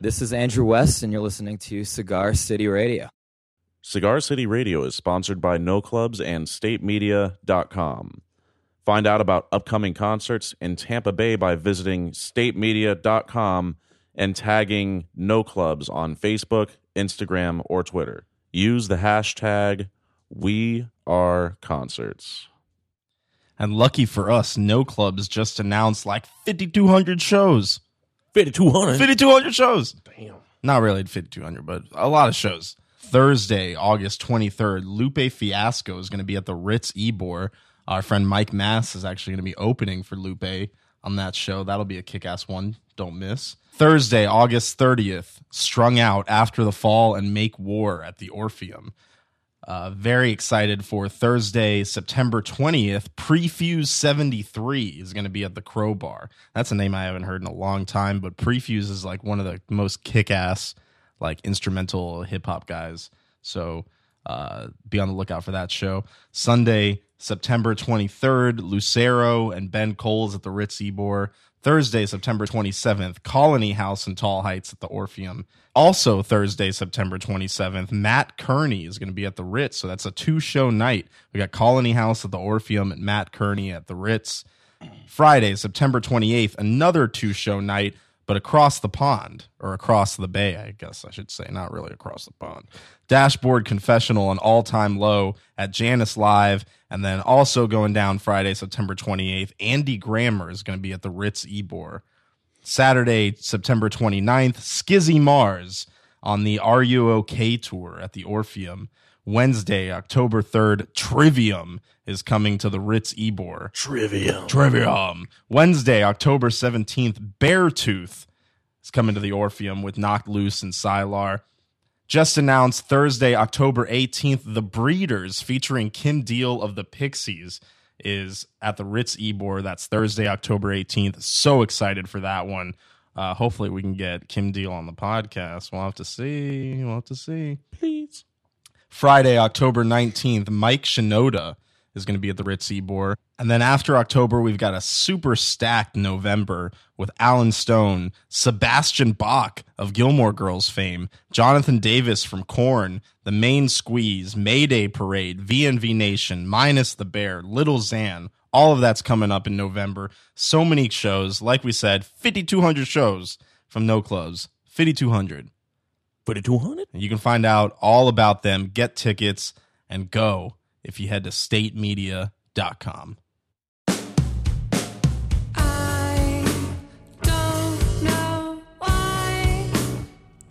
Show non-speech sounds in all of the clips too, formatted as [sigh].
This is Andrew West, and you're listening to Cigar City Radio. Cigar City Radio is sponsored by No Clubs and StateMedia.com. Find out about upcoming concerts in Tampa Bay by visiting StateMedia.com and tagging No Clubs on Facebook, Instagram, or Twitter. Use the hashtag We Are Concerts. And lucky for us, No Clubs just announced like 5,200 shows. 5200. 5,200 shows. Damn. Not really 5,200, but a lot of shows. Thursday, August 23rd, Lupe Fiasco is going to be at the Ritz Ebor. Our friend Mike Mass is actually going to be opening for Lupe on that show. That'll be a kick ass one. Don't miss. Thursday, August 30th, Strung Out After the Fall and Make War at the Orpheum. Uh, very excited for Thursday, September 20th. Prefuse 73 is going to be at the Crowbar. That's a name I haven't heard in a long time, but Prefuse is like one of the most kick ass, like instrumental hip hop guys. So uh, be on the lookout for that show. Sunday, September 23rd, Lucero and Ben Coles at the Ritz Ebor. Thursday, September 27th, Colony House in Tall Heights at the Orpheum. Also, Thursday, September 27th, Matt Kearney is going to be at the Ritz. So that's a two show night. We got Colony House at the Orpheum and Matt Kearney at the Ritz. Friday, September 28th, another two show night, but across the pond, or across the bay, I guess I should say, not really across the pond. Dashboard Confessional, an all time low at Janice Live. And then also going down Friday, September 28th, Andy Grammer is going to be at the Ritz Ebor. Saturday, September 29th, Skizzy Mars on the Are You OK tour at the Orpheum. Wednesday, October 3rd, Trivium is coming to the Ritz Ebor. Trivia. Trivium. Wednesday, October 17th, Beartooth is coming to the Orpheum with Knocked Loose and Sylar. Just announced Thursday, October 18th, The Breeders featuring Kim Deal of the Pixies is at the Ritz Ebor. That's Thursday, October 18th. So excited for that one. Uh, hopefully, we can get Kim Deal on the podcast. We'll have to see. We'll have to see. Please. Friday, October 19th, Mike Shinoda is going to be at the Ritz Ebor. And then after October, we've got a super stacked November with Alan Stone, Sebastian Bach of Gilmore Girls fame, Jonathan Davis from Korn, The Main Squeeze, Mayday Parade, V&V Nation, Minus the Bear, Little Xan. All of that's coming up in November. So many shows. Like we said, 5,200 shows from No Clubs. 5,200. 5200. And you can find out all about them, get tickets, and go if you head to statemedia.com. I don't know why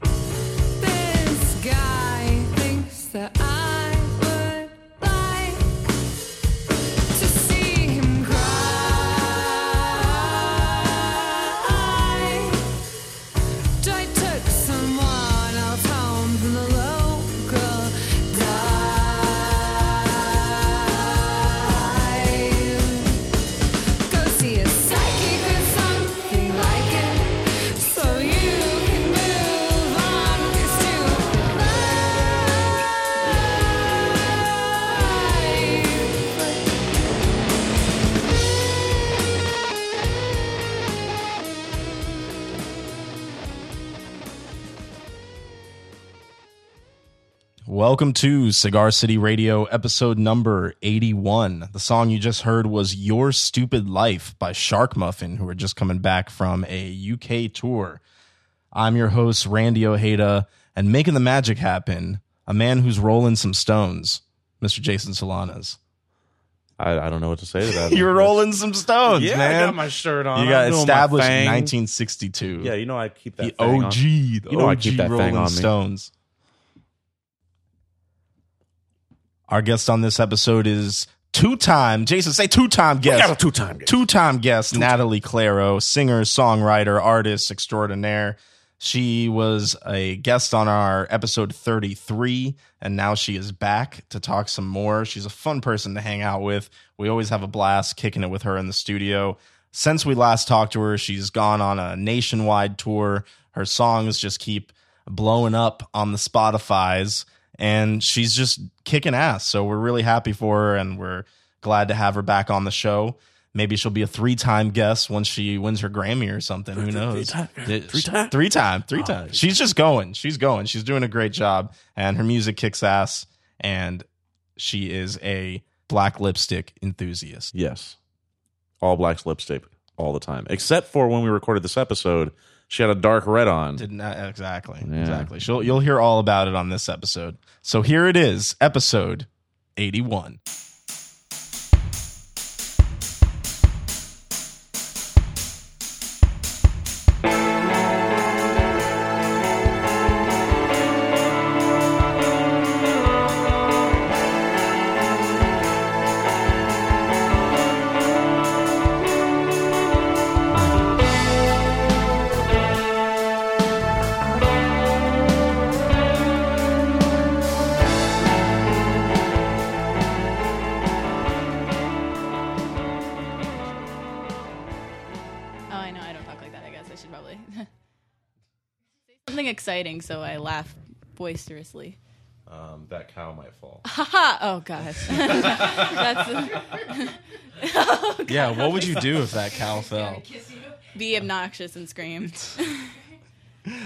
this guy thinks that I would like to see him cry. I took someone else home from the local dive. Go see a psychic or something like it, so you can move on with your life. Welcome to Cigar City Radio, episode number 81. The song you just heard was Your Stupid Life by Shark Muffin, who are just coming back from a UK tour. I'm your host, Randy Ojeda, and making the magic happen, a man who's rolling some stones, Mr. Jason Solanas. I, I don't know what to say to that. [laughs] You're rolling some stones, Yeah, man. I got my shirt on. You got I'm doing my established in thing. 1962. Yeah, you know I keep that. the thing on. OG, the You know I OG keep that thing Rolling on me. Stones. Our guest on this episode is two-time Jason. Say two-time Got a guest, two time. two-time guest Natalie Claro, singer, songwriter, artist extraordinaire. She was a guest on our episode 33, and now she is back to talk some more. She's a fun person to hang out with. We always have a blast kicking it with her in the studio. Since we last talked to her, she's gone on a nationwide tour. Her songs just keep blowing up on the Spotify's, and she's just kicking ass. So we're really happy for her, and we're glad to have her back on the show. Maybe she'll be a three time guest once she wins her Grammy or something. Who knows? Three Oh, times. Three time. Three time. She's just going. She's going. She's doing a great job. And her music kicks ass. And she is a black lipstick enthusiast. Yes. All black lipstick all the time. Except for when we recorded this episode, she had a dark red on. Did not exactly. Yeah. Exactly. She'll you'll hear all about it on this episode. So here it is, episode 81. Oh, I know. I don't talk like that. I guess I should probably [laughs] say something exciting so I laugh boisterously. Um, that cow might fall. Haha! Oh gosh, [laughs] that's Yeah, what would you do if that [laughs] cow fell? be obnoxious and scream.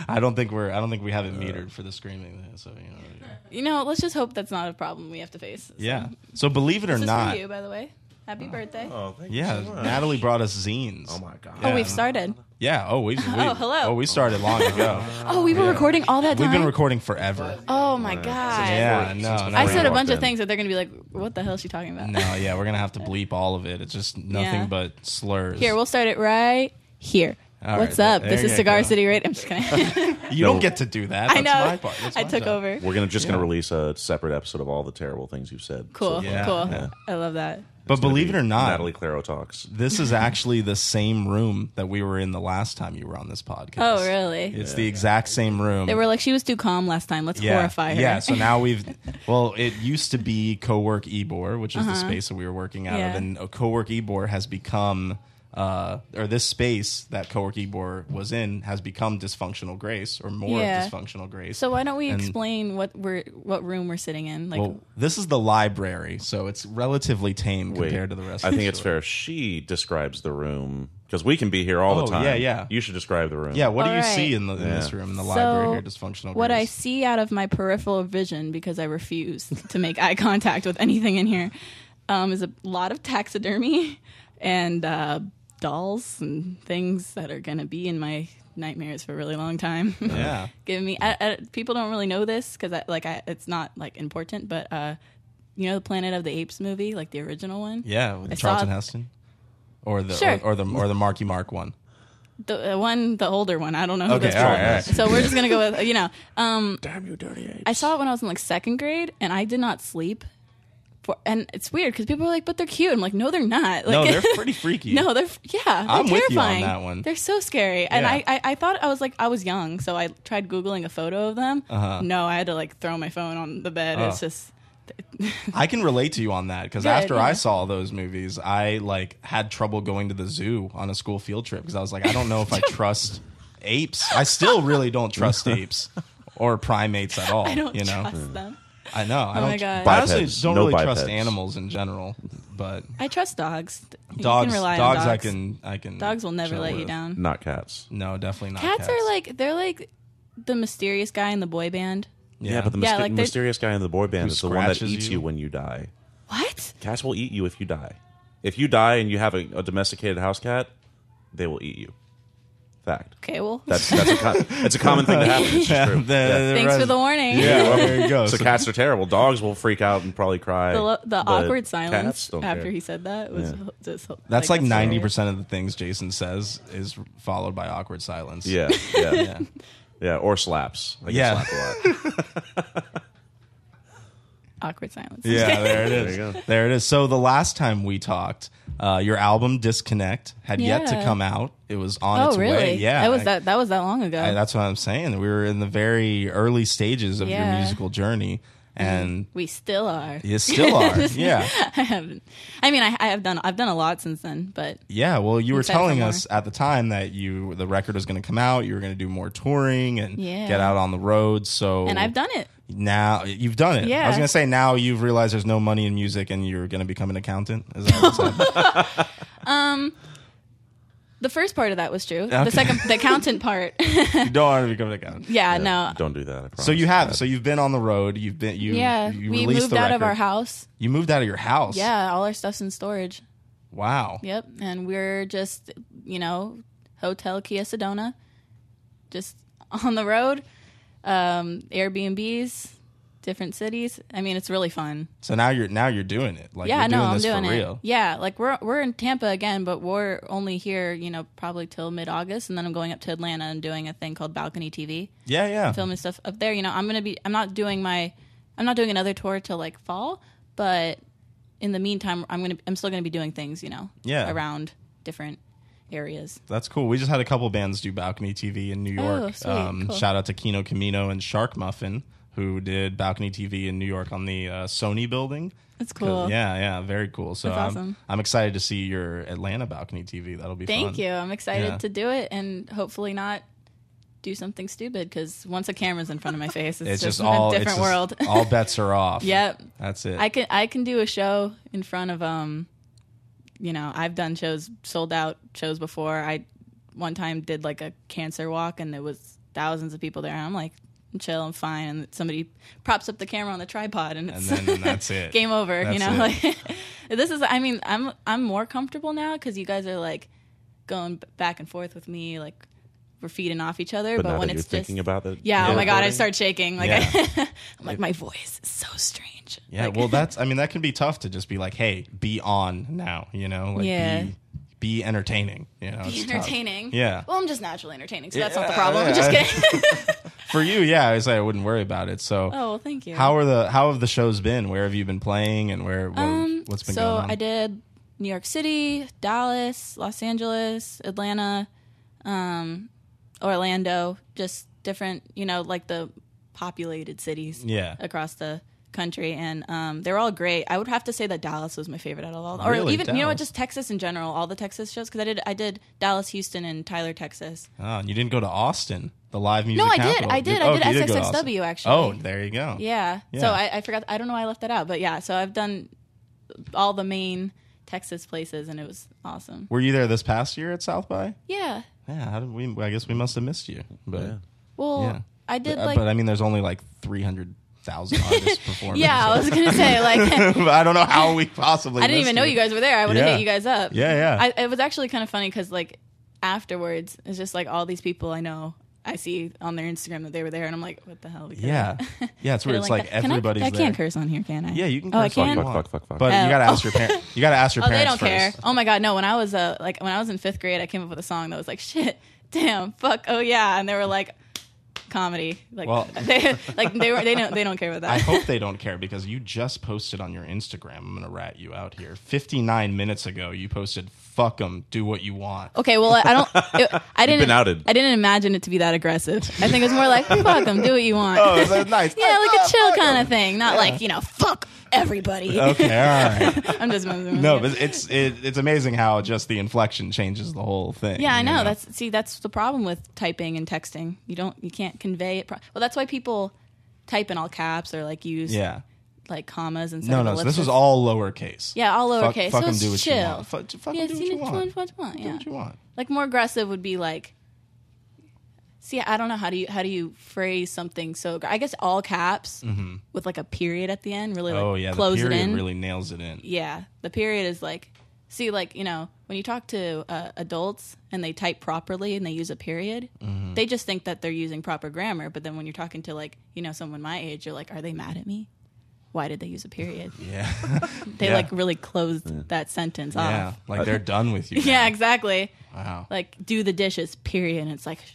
I don't think we're I don't think we Uh, have it metered for the screaming. So you know. You know, let's just hope that's not a problem we have to face. Yeah. So believe it or This is not. for you, by the way. Happy birthday! Oh, Oh, thank Yeah, you. so much. Natalie brought us zines. Oh my god. we've started. Yeah. Oh, [laughs] we. we oh, hello. Oh, we started [laughs] long [laughs] ago. Oh, we were recording all that time. We've been recording forever. oh my god! Yeah. No. no I said a Walked bunch in. of things that they're gonna be like, "What the hell is she talking about?" [laughs] No. Yeah, we're gonna have to bleep all of it. It's just nothing Yeah. but slurs. [laughs] Here, we'll start it right here. All What's right, up? there This you is Cigar go. City, right? I'm just [laughs] kidding. [laughs] you No. don't get to do that. That's I know. My part. That's I my took job. over. We're gonna just gonna release a separate episode of all the terrible things you've said. Cool, So Yeah. cool. Yeah. I love that. But it's gonna believe it be or not, Natalie Claro talks. this [laughs] is actually the same room that we were in the last time you were on this podcast. Oh, really? It's the exact same room. They were like, she was too calm last time. Let's horrify her. Yeah, so now we've well, it used to be Cowork Ebor, which is the space that we were working out of, Uh-huh. Yeah. and uh, Cowork Ebor has become uh, or this space that Cowork Ebor was in has become dysfunctional grace or more Yeah. of dysfunctional grace. [laughs] so why don't we And- explain what we're what room we're sitting in? Like, well, this is the library, so it's relatively tame Wait, compared to the rest. I of think the it's store. fair. She describes the room because we can be here all Oh, the time. yeah, yeah. You should describe the room. Yeah, what do All you right. see in, the, in this Yeah. room in the So, library here? Dysfunctional. what I grace? see out of my peripheral vision because I refuse to make eye [laughs] contact with anything in here um, is a lot of taxidermy [laughs] and uh, dolls and things that are gonna be in my nightmares for a really long time. [laughs] yeah, giving me I, I, people don't really know this because I, like I, it's not like important, but uh, you know the Planet of the Apes movie, like the original one, yeah, with I saw- Charlton Heston, or the Sure. or, or the or the Marky Mark one. the uh, one, the older one. I don't know. Who Okay, this all one right, all is. So we're just gonna [laughs] go with you know. Um, Damn you, dirty ape. I saw it when I was in like second grade, and I did not sleep. For, and it's weird because people are like, "But they're cute." I'm like, "No, they're not." No, Like, [laughs] they're pretty freaky. No, they're yeah, they're I'm with you on terrifying. that one. They're so scary, and Yeah. I, I I thought I was like I was young, so I tried googling a photo of them. Uh-huh. No, I had to like throw my phone on the bed. Oh. It's just I can relate to you on that because Good, after yeah. I saw those movies, I like had trouble going to the zoo on a school field trip because I was like, I don't know [laughs] if I trust apes. I still really don't trust apes or primates at all. [laughs] I don't you know, trust them. I know. I Oh don't, my God. I honestly Bipeds. don't No really bipeds. trust animals in general, but I trust dogs. You dogs, can rely dogs, on dogs. I can, I can. Dogs will never chill let you with. down. Not cats. No, definitely not. Cats, are like they're like the mysterious guy in the boy band. Yeah, but the Yeah, myste- like they- mysterious guy in the boy band Who is the one that scratches eats you. you. when you die. What? Cats will eat you if you die. If you die and you have a, a domesticated house cat, they will eat you. Fact. Okay, well, That's that's a [laughs] com- it's a common thing that happens. It's just Yeah, true. the- Yeah. thanks for the warning. [laughs] Yeah, well, there you go. So cats are terrible. Dogs will freak out and probably cry. The, lo- the but awkward cats silence don't after care. he said that was Yeah. just that's like ninety hilarious. percent of the things Jason says is followed by awkward [laughs] silence. Yeah, [laughs] yeah, yeah, Or slaps. I get Yeah. slapped a lot. awkward silence. Yeah, [laughs] there it is. There you There, go. it is. So the last time we talked, uh, your album Disconnect had yet to Yeah. come out. It was on Oh, its really? way. Yeah, that was that. That was that long ago. I- that's what I'm saying. We were in the very early stages of your Yeah. Mm-hmm. [laughs] Oh. [laughs] Um, the first part of that was true. Okay. The second, [laughs] the accountant part. [laughs] You don't want to become an accountant. yeah, no. Don't do that. I promise. So you have. So you've been on the road. You've been. You, Yeah, You we released moved the out of our record. house. You moved out of your house. Yeah, all our stuff's in storage. Wow. Yep, and we're just, you know, hotel Kia Sedona, just [laughs] on the road, um, Airbnbs, different cities. I mean, it's really fun. So now you're now you're doing it. Like yeah, you're doing no, I'm this doing for it. real. Yeah, like we're we're in Tampa again, but we're only here, you know, probably till mid August, and then I'm going up to Atlanta and doing a thing called Balcony TV, Yeah, yeah. filming stuff up there. You know, I'm gonna be, I'm not doing my, I'm not doing another tour till like fall, but in the meantime, I'm gonna, I'm still gonna be doing things, you know, Yeah. around different areas. That's cool. We just had a couple bands do balcony TV in New York. Um, Oh, sweet. Cool. Shout out to Kino Camino and Shark Muffin who did balcony TV in New York on the uh, Sony building. That's cool. Yeah, yeah, very cool. So That's I'm, awesome. I'm excited to see your Atlanta balcony TV. That'll be fun. Thank you. I'm excited Yeah. to do it and hopefully not do something stupid because once a camera's in front of my face, it's, It's just, just, all a it's different just- world. all bets are off. [laughs] yep. That's it. I can I can do a show in front of um, you know, I've done shows sold out shows before. I one time did like a cancer walk and there was thousands of people there. I'm like, I'm chill, I'm fine. And somebody props up the camera on the tripod and and it's [laughs] then and that's it. game over. you know, That's like [laughs] this is. I mean, I'm I'm more comfortable now because you guys are like going b- back and forth with me, like we're feeding off each other. But But, now when that you're it's just thinking about it, yeah, oh my god, I recording, start shaking. Like I, [laughs] I'm like my voice is so strange. Yeah, Like, [laughs] well, that's. I mean, that can be tough to just be like, "Hey, be on now," you know, like Yeah. be, be entertaining. You know, be it's tough. entertaining. Yeah. Well, I'm just naturally entertaining, so that's not the Yeah, [laughs] problem. I'm just yeah. kidding. For you, yeah, I say I wouldn't worry about it. So, oh, well, thank you. how are the how have the shows been? Where have you been playing, and where what, Um, what's been so going on? I did New York City, Dallas, Los Angeles, Atlanta, um, Orlando, just different, you know, like the populated cities Yeah. across the country. And um, they're all great. I would have to say that Dallas was my favorite out of all. Or Really? even, you know what, Dallas? just Texas in general, all the Texas shows. Because I did, I did Dallas, Houston, and Tyler, Texas. Oh, and you didn't go to Austin, the live music. No, I did. capital. I did. I oh, did you go to SXSW, Austin. actually. Oh, there you go. Yeah. So Yeah. I, I forgot. I don't know why I left that out, but yeah. So I've done all the main Texas places, and it was awesome. Were you there this past year at South by? Yeah. Yeah. How did we? I guess we must have missed you. But Well, Yeah. I did but, like. but I mean, there's only like three hundred thousand artists performing. [laughs] yeah, [laughs] I was gonna say like. so- I don't know how we possibly. [laughs] I didn't missed even know you guys were there. I would have Yeah. hit you guys up. Yeah, yeah. I, it was actually kind of funny because like afterwards, it's just like all these people I know. I see on their Instagram that they were there, and I'm like, what the hell? Because [laughs] Yeah, yeah, it's weird. It's like Can I- everybody's I, there. can't curse on here, can I? Yeah, you can. Oh, I curse all you can? Fuck, want. fuck, fuck, fuck. But Oh. you gotta ask your parents. You gotta [laughs] ask your Oh, they parents don't care. first. Oh my god, no! When I was a like when I was in fifth grade, I came up with a song that was like shit, damn, fuck, oh yeah, and they were like comedy, like Well- [laughs] they like they were they don't they don't care about I that. hope they don't care because you just posted on your Instagram. I'm gonna rat you out here. 59 minutes ago, you posted "fuck them, do what you want." Okay, well, [laughs] I don't. It, I didn't. been outed. I didn't imagine it to be that aggressive. I think it was [laughs] more like fuck them, do what you want. Oh, that's [laughs] nice. [laughs] [laughs] yeah, like a chill kind of thing, not like you know fuck everybody. Okay, all right. [laughs] I'm just moving. No, but it's it, it's amazing how just the inflection changes the whole thing. Yeah, I you know. That's see, that's the problem with typing and texting. You don't, you can't convey it. Pro- well, that's why people type in all caps or like use yeah. like commas and No, no. So this was all lowercase. yeah, all Fuck- lowercase. Fuck so 'em, it's do what chill. you want. Fuck, fuck 'em, yeah, do see, what you it's want. what you want, Do yeah. what you want. Like more aggressive would be like. See, I don't know how do you how do you phrase something so aggr- I guess all caps with like a period at the end really like Mm-hmm. Oh yeah, close the period it in. really nails it in. Yeah, the period is like, see, like you know, when you talk to uh, adults and they type properly and they use a period, Mm-hmm. they just think that they're using proper grammar. But then when you're talking to like you know someone my age, you're like, are they mad at me? Why did they use a period? Yeah, [laughs] They Yeah. like really closed that sentence yeah. off. Like they're done with you. Uh, [laughs] Yeah, now. exactly. Wow. Like do the dishes. Period. And it's like sh-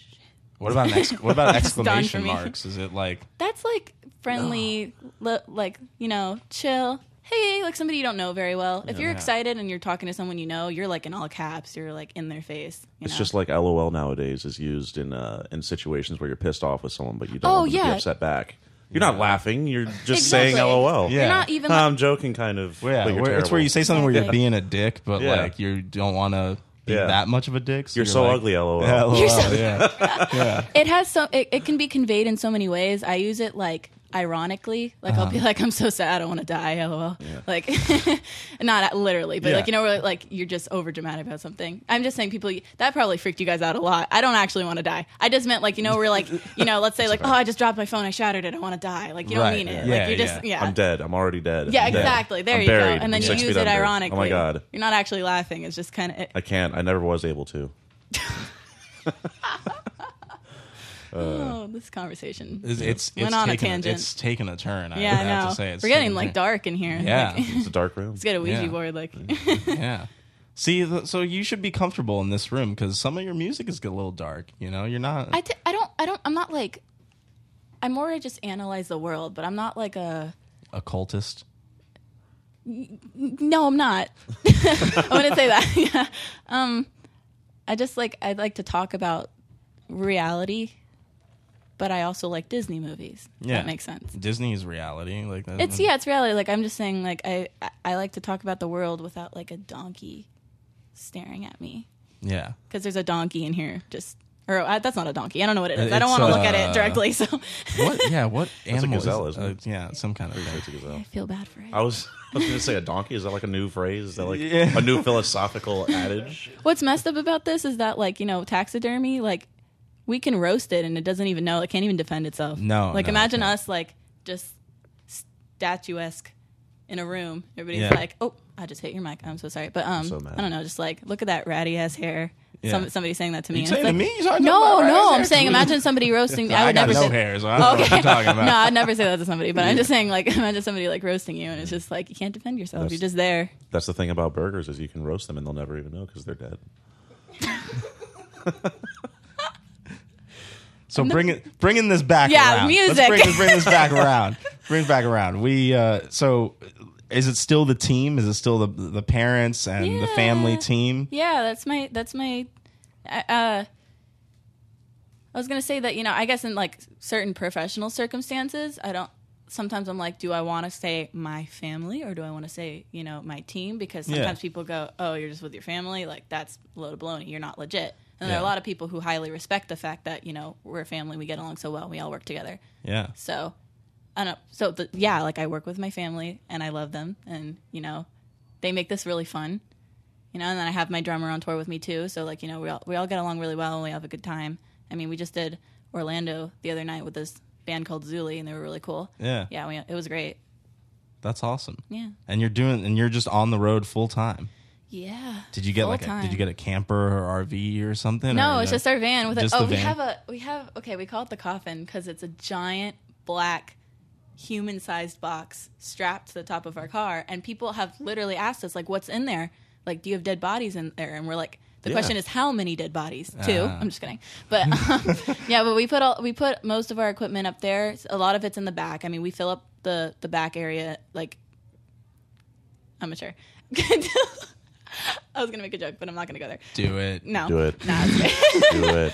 What about an ex- what about [laughs] It's done for exclamation me. marks? Is it like that's like friendly, li- like you know, chill. Hey, like somebody you don't know very well. If you're excited and you're talking to someone you know, you're like in all caps. You're like in their face. You It's know? just like LOL nowadays is used in uh, in situations where you're pissed off with someone, but you don't Oh, want them to yeah. be upset back. You're not laughing. You're just Exactly. saying LOL. Yeah. You're not even. Huh, Like, I'm joking, kind of. yeah, but you're where, it's where terrible. you say something where you're being a dick, but Yeah. like you don't want to be Yeah. that much of a dick. So You're so like, ugly, LOL. [laughs] Yeah, You're so- [laughs] yeah. it has so. It, it can be conveyed in so many ways. I use it like ironically. Like I'll be like, I'm so sad, I don't want to die, lol. Like, [laughs] not literally, but Yeah. like you know, where, like you're just over dramatic about something. I'm just saying, people that probably freaked you guys out a lot. I don't actually want to die. I just meant like you know, we're like you know, let's say like, oh, I just dropped my phone, I shattered it, I want to die. Like you don't Right, mean it. yeah. like you Yeah, just yeah. yeah. I'm dead. I'm already dead. Yeah, I'm dead. exactly. There I'm you buried. go. And then I'm you six use feet it under. ironically. Oh my god, You're not actually laughing. It's just kind of I can't. I never was able to. oh, this conversation. It's it's, Went it's on a taken tangent. it's taken a turn. I yeah, I have know. to say it's We're getting taken a like turn. dark in here. Like, Yeah, It's a dark room. [laughs] let's get a Ouija Yeah. Mm. board. Like, yeah. See, th- so you should be comfortable in this room because some of your music is a little dark. You know, you're not. I, t- I don't, I don't, I'm not like, I'm more I just analyze the world, but I'm not like a, a cultist. no, I'm not. [laughs] I wouldn't say that. [laughs] yeah. Um, I just like, I like to talk about reality, but I also like Disney movies. If Yeah. Mm-hmm. That makes sense. Disney is reality. Like that, It's yeah, it's reality. Like I'm just saying, like I I- I like to talk about the world without like a donkey staring at me yeah. because there's a donkey in here. Just or uh, that's not a donkey. I don't know what it is. I It's, don't want to look at uh, it directly. So What? [laughs] Yeah. What animal? gazelle, is, isn't it? uh, yeah, some kind of thing. It's a gazelle. I feel bad for it. I was [laughs] I was gonna say a donkey. Is that like a new phrase? Is that like Yeah. a new [laughs] philosophical adage? What's messed up about this is that like you know taxidermy like we can roast it and it doesn't even know. It can't even defend itself. No, Like no, it imagine can't. us like just statuesque in a room. Everybody's Yeah. like, oh. I just hit your mic. I'm so sorry, but um, so mad. I don't know. Just like look at that ratty ass hair. Yeah. Some, somebody saying that to me. You and saying it's to like, me? You talking No, about my no, hair? I'm saying [laughs] imagine somebody roasting me. I I would got never no say hair, so I don't know what you're talking about. [laughs] No, I'd never say that to somebody, but [laughs] I'm just saying like [laughs] imagine somebody like roasting you and it's just like you can't defend yourself. That's- You're just there. That's the thing about burgers is you can roast them and they'll never even know because they're dead. So bring it, bringing this back. Yeah, around. Let's music. bring, this- bring this [laughs] back around. Bring it back around. We uh, so is it still the team? Is it still the the parents and the family Yeah. team? Yeah, that's my that's my I- uh I was going to say that, you know, I guess in like certain professional circumstances, I don't sometimes I'm like, do I want to say my family or do I want to say, you know, my team because Yeah. sometimes people go, "Oh, you're just with your family." Like that's a load of baloney. You're not legit. And there are a Yeah. lot of people who highly respect the fact that, you know, we're a family, we get along so well, we all work together. Yeah, So I don't. So the, yeah, like I work with my family and I love them, and you know, they make this really fun. You know, and then I have my drummer on tour with me too. So like you know, we all we all get along really well and we have a good time. I mean, we just did Orlando the other night with this band called Zuli, and they were really cool. yeah, Yeah, we, it was great. That's awesome. Yeah, And you're doing, and you're just on the road full time. yeah. Did you get Full like a, did time. you get a camper or RV or something? No, Or, it's uh, just our van with a, just oh, the we van? have a we have okay, we call it the coffin because it's a giant black human-sized box strapped to the top of our car, and people have literally asked us like, "What's in there? Like, do you have dead bodies in there?" And we're like. The question is how many dead bodies? Two. Ah. I'm just kidding, but [laughs] um, yeah, but we put all we put most of our equipment up there. A lot of it's in the back. I mean, we fill up the the back area like amateur. [laughs] I was gonna make a joke, but I'm not gonna go there. do it. No, Do it. Nah, it's okay. Do it.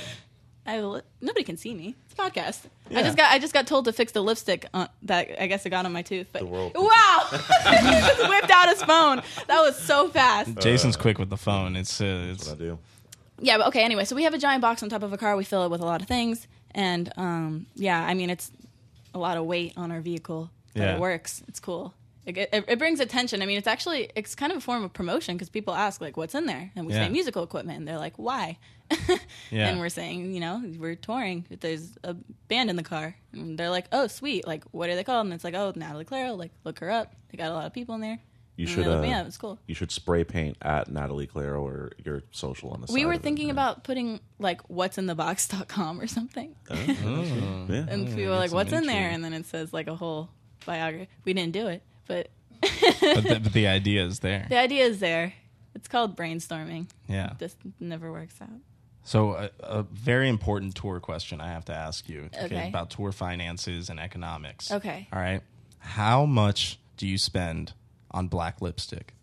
I li- nobody can see me. It's a podcast. I just got I just got told to fix the lipstick on, that I guess I got on my tooth. But world- wow, [laughs] he just whipped out his phone. That was so fast. Jason's quick with the phone. It's uh, it's What I do. Yeah, but okay. Anyway, so we have a giant box on top of a car. We fill it with a lot of things, and um, yeah, I mean it's a lot of weight on our vehicle, but Yeah. it works. It's cool. It, it, it brings attention. I mean, it's actually it's kind of a form of promotion because people ask like, "What's in there?" and we Yeah. say musical equipment, and they're like, "Why?" yeah. And we're saying, you know, we're touring. There's a band in the car. And they're like, oh, sweet. Like, what are they called? And it's like, oh, Natalie Claro. Like, look her up. They got a lot of people in there. You and should. They look me Uh, up. It's cool. you should spray paint at Natalie Claire or your social on the. We side were of it, thinking yeah. about putting, like, what's in the box.com or something. Yeah. And people were like, what's in there? And then it says, like, a whole biography. We didn't do it, but but, the, but the idea is there. the idea is there. It's called brainstorming. Yeah. This never works out. So, a, a very important tour question I have to ask you okay, Okay. about tour finances and economics. Okay. All right. How much do you spend on black lipstick?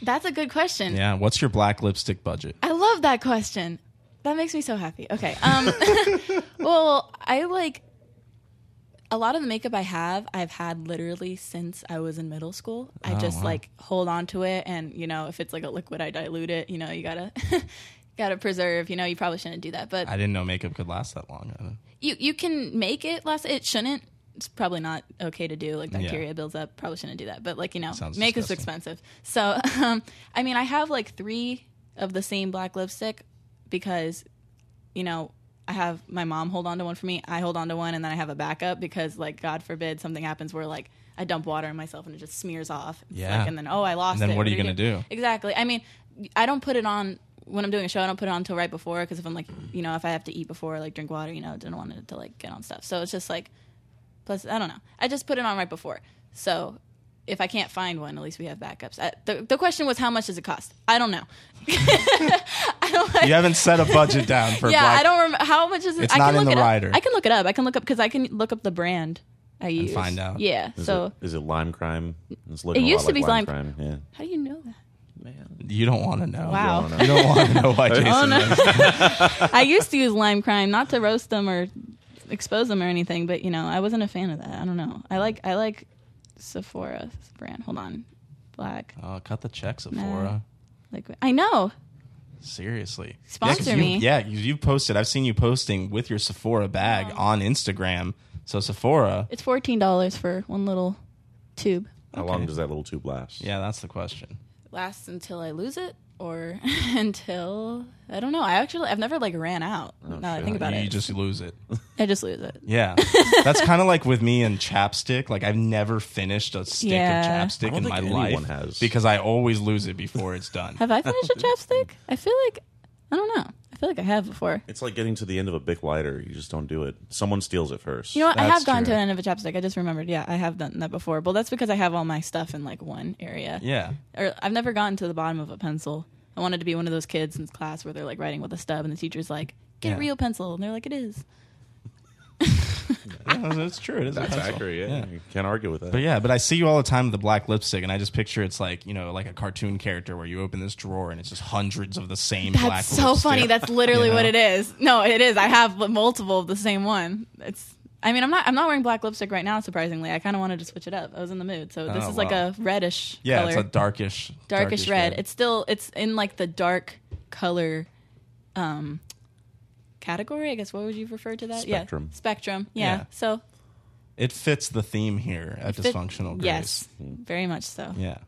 That's a good question. Yeah. What's your black lipstick budget? I love that question. That makes me so happy. Okay. Um, [laughs] well, I like a lot of the makeup I have, I've had literally since I was in middle school. I just like hold on to it. And, you know, if it's like a liquid, I dilute it. You know, you gotta. [laughs] Gotta preserve, you know. You probably shouldn't do that, but I didn't know makeup could last that long. [laughs] I don't- you you can make it last. It shouldn't it's probably not okay to do. Like bacteria builds up. Probably shouldn't do that. But like you know, Sounds make is disgusting. expensive. So [laughs] um, I mean, I have like three of the same black lipstick because you know I have my mom hold on to one for me. I hold on to one, and then I have a backup because like God forbid something happens where like. I dump water in myself and it just smears off. It's Yeah. like, and then oh, I And lost then it. what are you gonna gonna- do? Exactly. I mean, I don't put it on when I'm doing a show. I don't put it on until right before because if I'm like, you know, if I have to eat before, like drink water, you know, didn't want it to like get on stuff. So it's just like, plus I don't know. I just put it on right before. So if I can't find one, at least we have backups. I, the, the question was how much does it cost? I don't know. You haven't set a budget down for [laughs] yeah, black I don't remember how much is it. It's I not in look the it up. rider. I can look it up. I can look up because I can look up the brand I use. find out. Yeah. Is so it, is it lime crime? It's looking It a lot used like to be lime lime- crime. Yeah. how do you know that? You don't want to know. Wow. don't You don't want to know why Jason. Oh, [laughs] I used to use lime crime, not to roast them or expose them or anything, but you know, I wasn't a fan of that. I don't know. I like I like Sephora's brand. Hold on, black Oh, cut the check, Nah. Sephora. liquid. I know. Seriously. Sponsor yeah, 'cause me. You, yeah, 'cause you've posted. I've seen you posting with your Sephora bag on Instagram. So Sephora. It's fourteen dollars for one little tube. How long does that little tube last? Yeah, that's the question. Lasts until I lose it, or [laughs] until I don't know. I actually I've never like ran out. now that I think about Oh, you it, just lose it. I just lose it. [laughs] Yeah, that's kind of like with me and chapstick. Like I've never finished a stick of Yeah. I chapstick don't in think my anyone life has. because I always lose it before it's done. Have I finished [laughs] a chapstick? I feel like I don't know. I feel like I have before. It's like getting to the end of a Bic lighter. You just don't do it. Someone steals it first. You know what? I That's have gone true. to an end of a chapstick. I just remembered. Yeah, I have done that before. But that's because I have all my stuff in like one area. [laughs] Yeah, Or I've never gotten to the bottom of a pencil. I wanted to be one of those kids in class where they're like writing with a stub and the teacher's like, get Yeah. a real pencil. And they're like, it is. yeah that's true. It is a That's pencil. accurate. Yeah. You can't argue with that. But yeah, but I see you all the time with the black lipstick, and I just picture it's like you know, like a cartoon character where you open this drawer and it's just hundreds of the same. That's black so lipstick. funny. That's literally You what know? it is. No, it is. I have multiple of the same one. It's. I mean, I'm not. I'm not wearing black lipstick right now. Surprisingly, I kind of wanted to switch it up. I was in the mood. So this Oh, is like wow. a reddish. Yeah, color. it's a darkish, darkish, red. It's still it's in like the dark color um category. I guess what would you refer to that? Spectrum. Yeah. Spectrum. Yeah. Yeah. So It fits the theme here at fit- dysfunctional. Grace. Yes. Very much so. Yeah.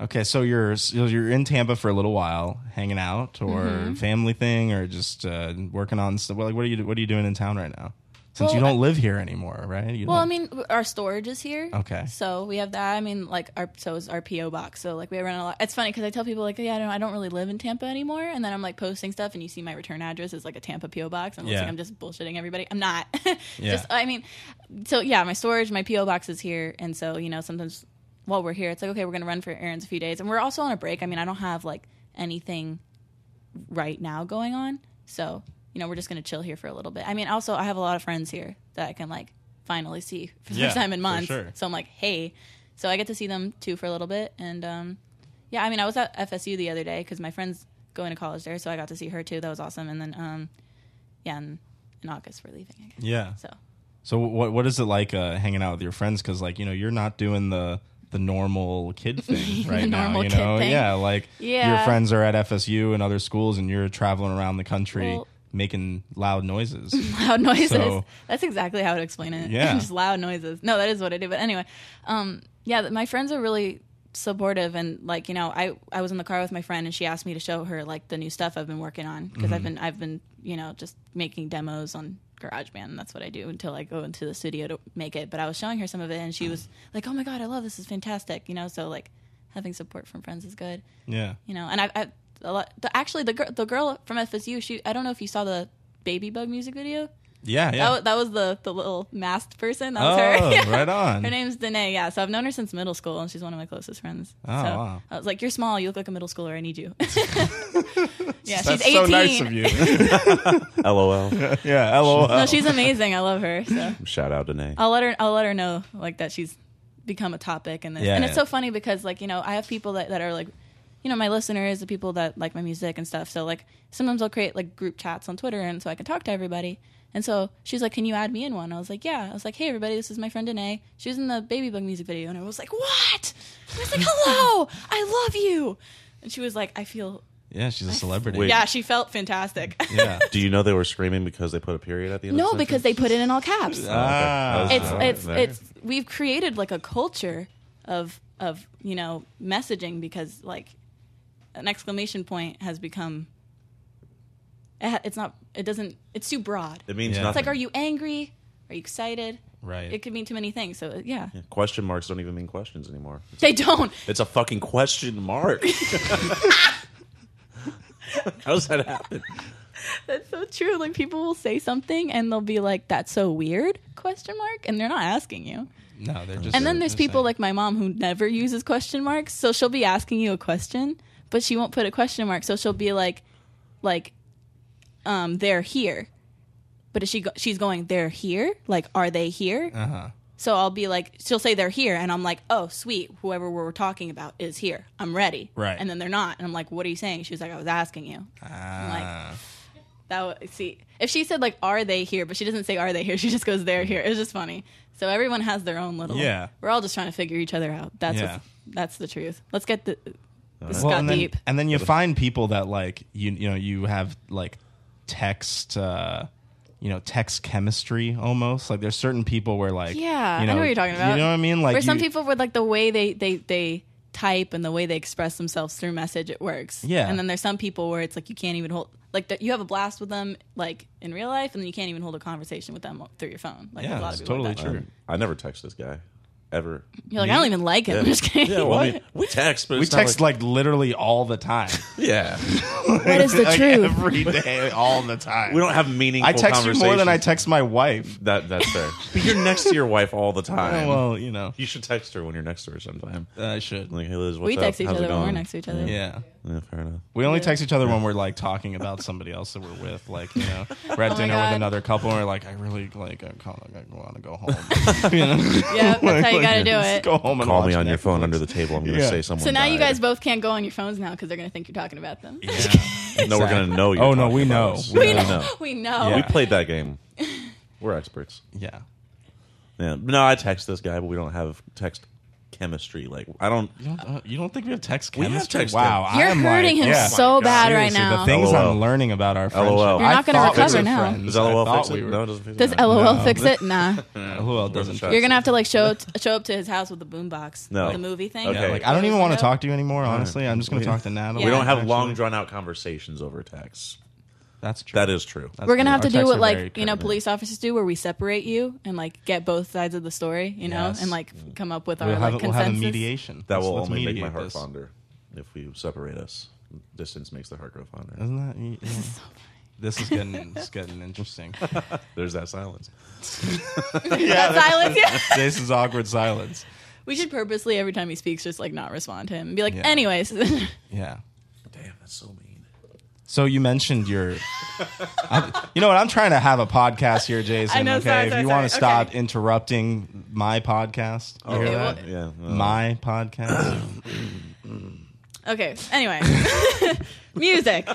Okay, so you're so you're in Tampa for a little while, hanging out, or Mm-hmm. family thing, or just uh, working on stuff. Well, like, what are you what are you doing in town right now? Since you Well, don't live here anymore, right? You Well, I don't- mean, our storage is here. Okay. So we have that. I mean, like our so is our PO box. So like we run a lot. It's funny because I tell people like, yeah, I don't, I don't really live in Tampa anymore, and then I'm like posting stuff, and you see my return address is like a Tampa PO box, and it looks Yeah. like I'm just bullshitting everybody. I'm not. [laughs] Yeah. Just I mean, so yeah, my storage, my PO box is here, and so you know sometimes while we're here, it's like okay, we're gonna run for errands a few days, and we're also on a break. I mean, I don't have like anything right now going on. So, you know, we're just going to chill here for a little bit. I mean, also, I have a lot of friends here that I can like finally see [laughs] for the Yeah, first time in for months. sure. So I'm like, hey. So I get to see them too for a little bit. And um, yeah, I mean, I was at FSU the other day because my friend's going to college there. So I got to see her too. That was awesome. And then, um, yeah, in, in August, we're leaving again. yeah. So. So what what is it like uh, hanging out with your friends? Because like you know you're not doing the the normal [laughs] kid thing right now. normal You kid know, thing. yeah, like your Yeah. friends are at FSU and other schools, and you're traveling around the country Well- making loud noises. [laughs] loud noises. So- That's exactly how to explain it. Yeah. [laughs] just loud noises. No, that is what I do. But anyway, um, yeah, th- my friends are really supportive and like you know, I I was in the car with my friend and she asked me to show her like the new stuff I've been working on because Mm-hmm. I've been I've been you know just making demos on GarageBand. and That's what I do until I go into the studio to make it. But I was showing her some of it and she was like, "Oh my god, I love this. This is fantastic." You know, so like having support from friends is good yeah. you know and i, I a lot, the, actually the, gir- the girl from fsu she i don't know if you saw the baby bug music video Yeah. that, Yeah. wa- that was the, the little masked person that was oh, her [laughs] Yeah. right on. her name's danae yeah so i've known her since middle school and she's one of my closest friends Oh, so wow. i was like you're small you look like a middle schooler i [laughs] need you [laughs] yeah That's she's 18 so nice of you. [laughs] [laughs] LOL. yeah. LOL. no she's amazing i love her so Shout out to Nay. I'll let her. I'll let her know like that she's become a topic, and this. Yeah, and it's yeah. so funny because like you know I have people that, that are like, you know, my listeners, the people that like my music and stuff. So like sometimes I'll create like group chats on Twitter, and so I can talk to everybody. And so she's like, "Can you add me in one?" I was like, "Yeah." I was like, "Hey everybody, this is my friend Danae. She was in the Baby Bug music video," [laughs] and I was like, "What?" I was like, "Hello, I love you," and she was like, "I feel." Yeah, she's a celebrity. Wait. Yeah, she felt fantastic. Yeah. Do you know they were screaming because they put a period at the end? of no, the because they put it in all caps. Ah. sentence? it's Oh, okay. it's There. it's we've created like a culture of of you know messaging because like an exclamation point has become it ha- it's not it doesn't it's too broad It means Yeah. It's it's nothing. like are you angry are you excited [laughs] Right. it could mean too many things so uh, yeah, question marks don't even mean questions anymore. [laughs] they don't It's a fucking question [laughs] mark. How does that happen? that's so true like people will say something and they'll be like that's so weird question mark and they're not asking you No, they're just. And then there's they're people saying- like my mom who never uses question marks, so she'll be asking you a question, but she won't put a question mark, so she'll be like, like, um, they're here, but is she go- she's going they're here? Like, are they here? Uh-huh. So I'll be like, she'll say they're here, and I'm like, oh sweet, whoever we're talking about is here. I'm ready. Right. And then they're not, and I'm like, what are you saying? She's like, I was asking you. Ah. That w- see if she said like are they here, but she doesn't say are they here. [laughs] She just goes they're here. It's just funny. So everyone has their own little. Yeah. We're all just trying to figure each other out. That's Yeah. what's, that's the truth. Let's get the. This well, got and then, deep. and then you find people that like you you know you have like text uh you know text chemistry almost like there's certain people where like Yeah, you know, I know what you're talking about. you know what I mean like for some you- people, with like the way they they they type and the way they express themselves through message, it works. Yeah. And then there's some people where it's like you can't even hold like that. You have a blast with them like in real life, and then you can't even hold a conversation with them through your phone. Like yeah there's a lot that's of people totally like that. true I never text this guy ever. You're like I don't even like him. [laughs] I'm just kidding. Yeah, well, I mean, we text, but we it's not text like, literally all the [laughs] time yeah, [laughs] what is the like truth? every day all the time we don't have meaningful. I text you more than I conversations. text my wife That that's [laughs] fair. But you're next to your wife all the time. Oh, well you know you should text her when you're next to her sometime. I should Like, hey Liz, what's we up? text each How's other it when we're going?" next to [laughs] each other. yeah Yeah, fair enough. We only text each other when we're like talking about somebody else that we're with. Like, you [laughs] know, we're at Oh my dinner God. with another couple and we're like, I really like, I want to go [laughs] home. [laughs] you know? Yeah, that's how you Like, gotta do just it. Go home and Call me watch on your Netflix. phone under the table. I'm going to Yeah. say someone. So now you died. guys both can't go on your phones now because they're gonna think you're talking about them. No, we're going to know you. Oh, no, we know. We we know. know. [laughs] we know. We played that [laughs] game. We're experts. Yeah. Yeah. No, I text this guy, but we don't have text chemistry. Like I don't. You don't, uh, you don't think we have text We have chemistry? text wow. You're I am hurting like, him yeah. Oh so bad right Seriously, now. The things LOL. I'm learning about our friendship. LOL. You're not gonna I thought recover we were now. friends. Does LOL I fix thought it? we were- No, it doesn't fix Does it. LOL fix [laughs] it? Nah. LOL doesn't Doesn't fix You're gonna have to like show show up to his house with a boombox. No. The movie thing. Okay. it. Like, I don't even want to talk to you anymore, honestly. I'm just going to Yeah. talk to Natalie. We don't have actually. long, drawn out conversations over text. That's true. That is true. That's We're gonna true. have to Our do texts what are very like you know current. police officers do, where we separate you and like get both sides of the story, you know, Yes. and like come up with We'll our have, like we'll have a consensus. mediation. That Let's- will let's only make my mediate heart this. fonder if we separate us. Distance makes the heart grow fonder. Isn't that? you- yeah. This is getting [laughs] this is getting interesting. There's that silence. That silence. Yeah. this is awkward silence. [laughs] We should purposely every time he speaks, just like not respond to him and be like, Yeah. anyways. [laughs] Yeah. Damn, that's so mean. So you mentioned your. I'm- you know what? I'm trying to have a podcast here, Jason. know, okay, sorry, if sorry, you want to sorry, stop okay. interrupting my podcast, You Oh. hear Okay, that? well- Yeah. no. my [clears throat] podcast. okay. Anyway. [laughs] Music.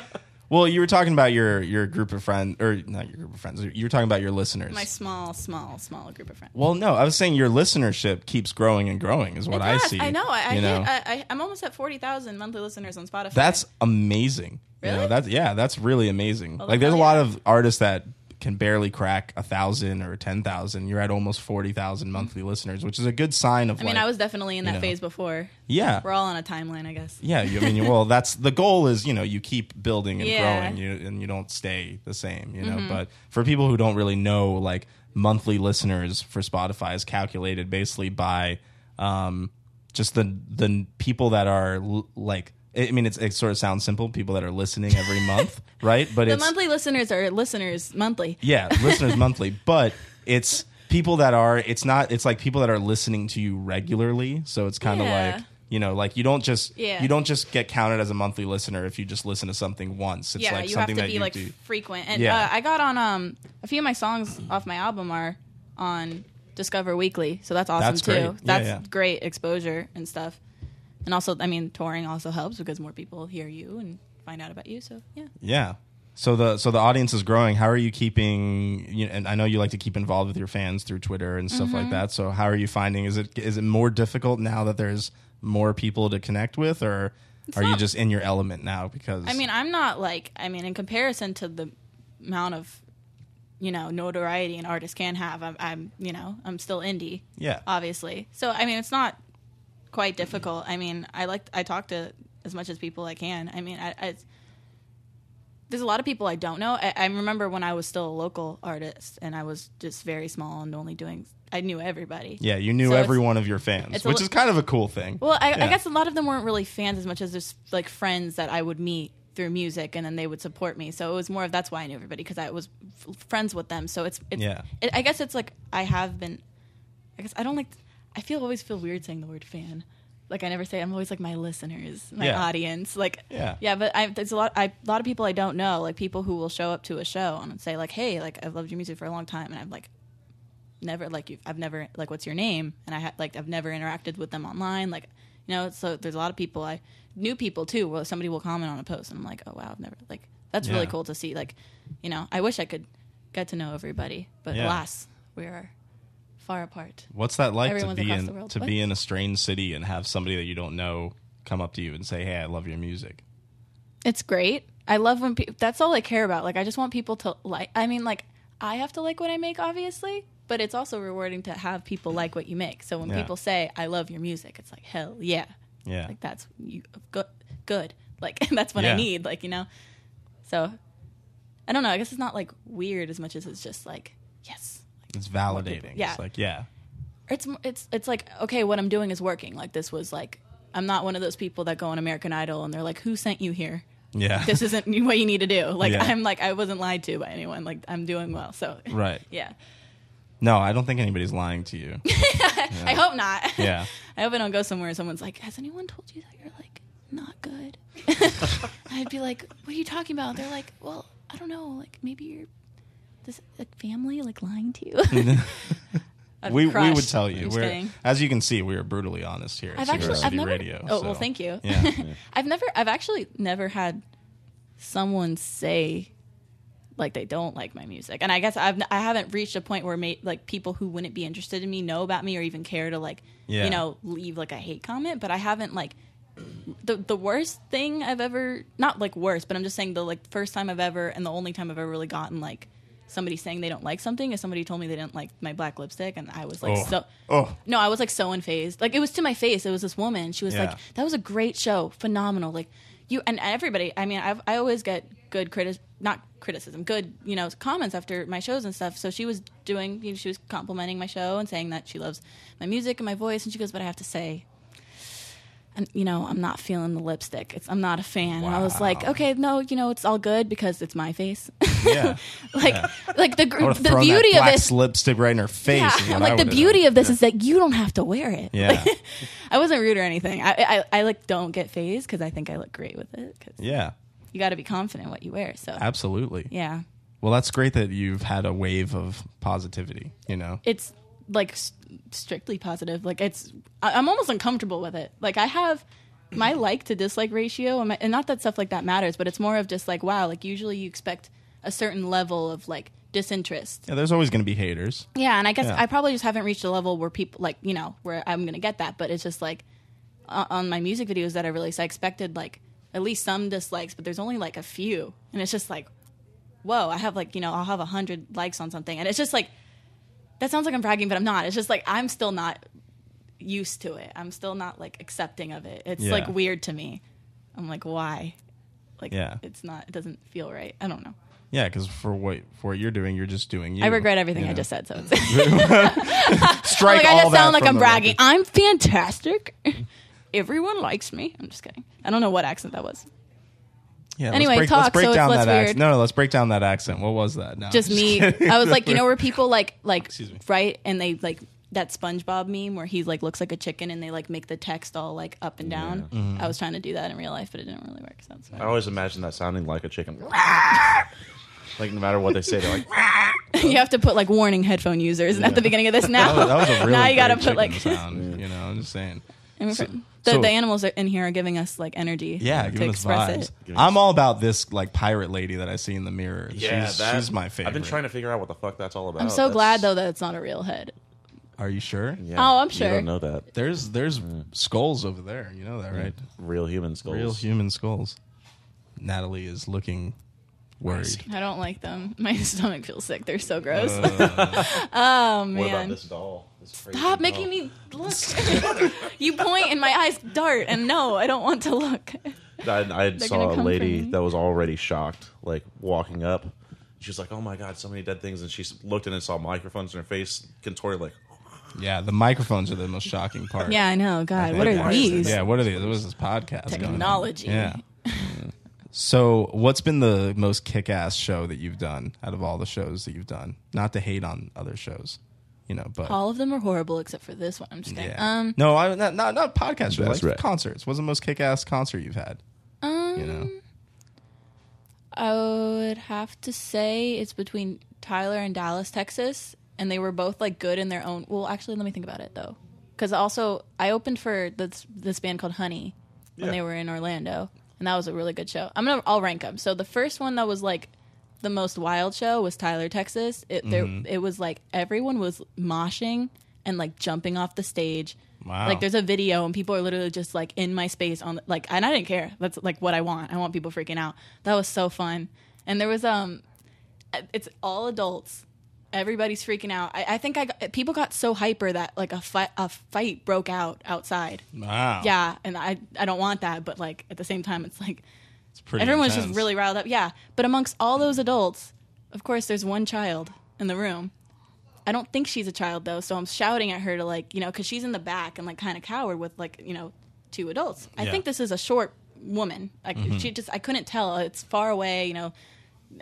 well, you were talking about your your group of friends, or not your group of friends. You were talking about your listeners. My small, small, small group of friends. well, no, I was saying your listenership keeps growing and growing. Is what Yes, I see. I know. I, I, you hit, know? I, I I'm almost at forty thousand monthly listeners on Spotify. That's amazing. You know, Really? that's yeah, that's really amazing. Well, like there's a hell lot yeah. of artists that can barely crack a thousand or ten thousand. You're at almost forty thousand monthly listeners, which is a good sign of I mean, like, I was definitely in that know. phase before. Yeah. We're all on a timeline, I guess. Yeah, you, I mean, you- well, that's the goal is you know you keep building and Yeah. Mm-hmm. growing, you, and you don't stay the same, you know. But for people who don't really know, like monthly listeners for Spotify is calculated basically by um, just the the people that are l- like. I mean, it's, it sort of sounds simple. People that are listening every month, [laughs] right? But The it's monthly listeners are listeners monthly. Yeah, listeners monthly, but it's people that are it's not it's like people that are listening to you regularly, so it's kind of Yeah. like you know, like you don't just Yeah. you don't just get counted as a monthly listener if you just listen to something once. It's yeah, like you have something to that be you like do. frequent. And Yeah. uh, I got on um a few of my songs off my album are on Discover Weekly, so that's awesome That's too. great. Yeah, that's yeah. great exposure and stuff. And also, I mean, touring also helps because more people hear you and find out about you. So yeah. Yeah. So the so the audience is growing. How are you keeping? You know, and I know you like to keep involved with your fans through Twitter and stuff Mm-hmm. like that. So how are you finding? Is it is it more difficult now that there's more people to connect with, or Or are you just in your element now? Because I mean, I'm not like I mean, in comparison to the amount of you know notoriety an artist can have, I'm, I'm you know I'm still indie, yeah, obviously. So I mean, it's not quite difficult. I mean, I like I talk to as much as people I can. I mean, I, I there's a lot of people I don't know. I, I remember when I was still a local artist and I was just very small and only doing. I knew everybody. yeah. You knew So it's- every one of your fans, it's a which li- is kind of a cool thing. Well, I, Yeah. I guess a lot of them weren't really fans as much as just like friends that I would meet through music, and then they would support me. So it was more of that's why I knew everybody because I was f- friends with them. So it's, it's Yeah. It, I guess it's like I have been. I guess I don't like. I feel always feel weird saying the word fan. Like I never say. I'm always like my listeners, my Yeah. audience. Like Yeah. yeah. But I, there's a lot. I, a lot of people I don't know, like people who will show up to a show and say like, "Hey, like I've loved your music for a long time," and I'm like, never like you've, I've never like what's your name and I had like I've never interacted with them online like you know so there's a lot of people I new people too where somebody will comment on a post and I'm like oh wow I've never like that's really Yeah. cool to see like you know I wish I could get to know everybody but Yeah. alas we are far apart What's that like to Everyone's be across the in world. to What? be in a strange city and have somebody that you don't know come up to you and say, "Hey, I love your music." it's great I love when people that's all I care about like I just want people to like I mean like I have to like what I make obviously but it's also rewarding to have people like what you make so when Yeah. people say I love your music it's like hell yeah Yeah, like that's you good good like [laughs] that's what Yeah. i need like you know so i don't know i guess it's not like weird as much as it's just like yes it's validating. Yeah. It's like yeah, it's m- it's it's like okay what i'm doing is working like this was like i'm not one of those people that go on american idol and they're like who sent you here yeah, this isn't [laughs] what you need to do like Yeah. i'm like i wasn't lied to by anyone like i'm doing well so [laughs] right. [laughs] yeah No, I don't think anybody's lying to [laughs] you. i hope not Yeah. [laughs] i hope i don't go somewhere and someone's like has anyone told you that you're like not [laughs] good I'd be like, "What are you talking about?" They're like, "Well, I don't know. Like maybe you're this like family like lying to [laughs] you." [laughs] I'd we, we be would crushed. tell I'm you. just We're, kidding. as you can see, we are brutally honest here. at I've Secret actually City I've never. Radio. oh so- well, thank you. Yeah, [laughs] I've never. I've actually never had someone say like they don't like my music, and I guess I've n- I haven't reached a point where ma- like people who wouldn't be interested in me know about me or even care to like Yeah. you know leave like a hate comment. But I haven't like the the worst thing I've ever not like worst, but I'm just saying the like first time I've ever and the only time I've ever really gotten like somebody saying they don't like something is somebody told me they didn't like my black lipstick and I was like Oh. so Oh. no, I was like so unfazed. Like it was to my face. It was this woman. She was Yeah. like, "That was a great show, phenomenal." Like you and everybody. I mean, I've, I always get good criti not criticism, good you know comments after my shows and stuff. So she was doing, you know, she was complimenting my show and saying that she loves my music and my voice. And she goes, "But I have to say." And you know, I'm not feeling the lipstick. It's I'm not a fan. And I was like, Wow. okay, no, you know, it's all good because it's my face. [laughs] yeah. like, like the I gr- would have the thrown beauty that of black this lipstick right in her face. yeah, is what I I'm like the would've beauty done. of this is that you don't have to wear it. Yeah. [laughs] Like, I wasn't rude or anything. I I, I like don't get phased because I think I look great with it. 'cause Yeah, you got to be confident in what you wear. So absolutely. yeah, Well, that's great that you've had a wave of positivity. You know, it's like s- strictly positive. Like it's I, I'm almost uncomfortable with it. Like I have my like to dislike ratio, and, my, and not that stuff like that matters, but it's more of just like wow. Like usually you expect a certain level of like disinterest yeah, there's always going to be haters. Yeah, and I guess Yeah. I probably just haven't reached a level where people like you know where I'm gonna get that. But it's just like uh, on my music videos that I release, I expected like at least some dislikes, but there's only like a few, and it's just like, whoa, I have like you know I'll have a hundred likes on something, and it's just like that sounds like I'm bragging, but I'm not. It's just like I'm still not used to it. I'm still not like accepting of it. It's Yeah. like weird to me. I'm like, why? Like, Yeah. it's not. It doesn't feel right. I don't know. Yeah, because for what for what you're doing, you're just doing you. I regret everything you I know? just said. So it's. Strike like I all that just sound like from I'm the bragging. record. I'm fantastic. [laughs] Everyone likes me. I'm just kidding. I don't know what accent that was. Yeah, let's Anyway, break, talk, Let's break so it's down what's that accent. weird. No, no, let's break down that accent. What was that? No, Just me. I was like, you know, where people like like me. right, and they like that SpongeBob meme where he like looks like a chicken, and they like make the text all like up and down. Mm-hmm. I was trying to do that in real life, but it didn't really work. So that's I Oh. fine. [laughs] always imagine that sounding like a [laughs] chicken. like no matter what they say, they're [laughs] like. you have to put like warning headphone users at the beginning [laughs] of this now. [laughs] That was, that was a really now you gotta great put like chicken [laughs] [laughs] sound. You know, I'm just saying. And we're- the, so- the animals are- in here are giving us like energy. Yeah, to giving us express vibes. it. I'm all about this like pirate lady that I see in the mirror. she's, that- she's my favorite. Oh, I've been trying to figure out what the fuck that's all about. I'm so glad though that it's not a real head. Are you sure? Yeah, Oh, I'm You sure. don't know that. There's there's skulls over there. You know that, right? Real human skulls. Real human skulls. Natalie is looking worried. I don't like them. [laughs] My stomach feels sick. They're so gross. Uh, oh man. What about this doll? This crazy [laughs] Stop doll? making me look. [laughs] you point and my eyes dart, and no, I don't want to look. I, I saw gonna a come for lady me. that was already shocked, like walking up. She was like, "Oh my god, so many dead things!" And she s- looked in and saw microphones in her face, contorted like, Yeah, the microphones are the most shocking part. [laughs] Yeah, I know. God, what are why is it- these? Yeah, what are these? What is this podcast? going on? Technology. Yeah. So, what's been the most kick-ass show that you've done out of all the shows that you've done? Not to hate on other shows, you know, but All of them are horrible except for this one. I'm just kidding. yeah. Um, no, I not not, not podcast shows, That's like right. concerts. What's the most kick-ass concert you've had? um, You know, I would have to say it's between Tyler and Dallas, Texas, and they were both like good in their own. Well, actually, let me think about it though, because also I opened for this this band called Honey when Yeah. they were in Orlando, and that was a really good show. I'm gonna I'll rank them. So the first one that was like the most wild show was Tyler, Texas. It there it was like everyone was moshing and like jumping off the stage. Wow. Like there's a video and people are literally just like in my space on like and I didn't care. That's like what I want. I want people freaking out. That was so fun. And there was um it's all adults. Everybody's freaking out. I, I think I got, people got so hyper that like a fi- a fight broke out outside. wow, Yeah, and I I don't want that, but like at the same time it's like it's pretty. everyone's intense. just really riled up. Yeah, but amongst all those adults, of course there's one child in the room. I don't think she's a child though, so I'm shouting at her to like, you know, cuz she's in the back and like kind of cowered with like, you know, two adults. I Yeah. Mm-hmm. think this is a short woman. Like she just I couldn't tell. It's far away, you know.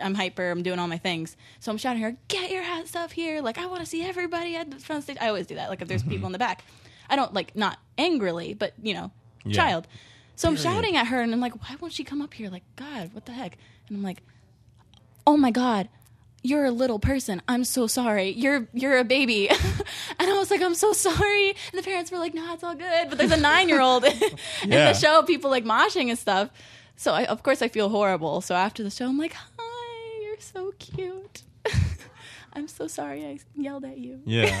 I'm hyper. I'm doing all my things. So I'm shouting at her, get your ass up here. Like, I want to see everybody at the front stage. I always do that. Like, if there's people in the back, I don't like, not angrily, but you know, child. So I'm shouting at her and I'm like, why won't she come up here? Like, God, what the heck? And I'm like, oh my God. You're a little person. I'm so sorry. You're you're a baby, [laughs] and I was like, I'm so sorry. And the parents were like, No, it's all good. But there's a nine year old [laughs] in Yeah. the show. People like moshing and stuff. So I, of course I feel horrible. So after the show, I'm like, "Hi, you're so cute. [laughs] I'm so sorry I yelled at you." yeah.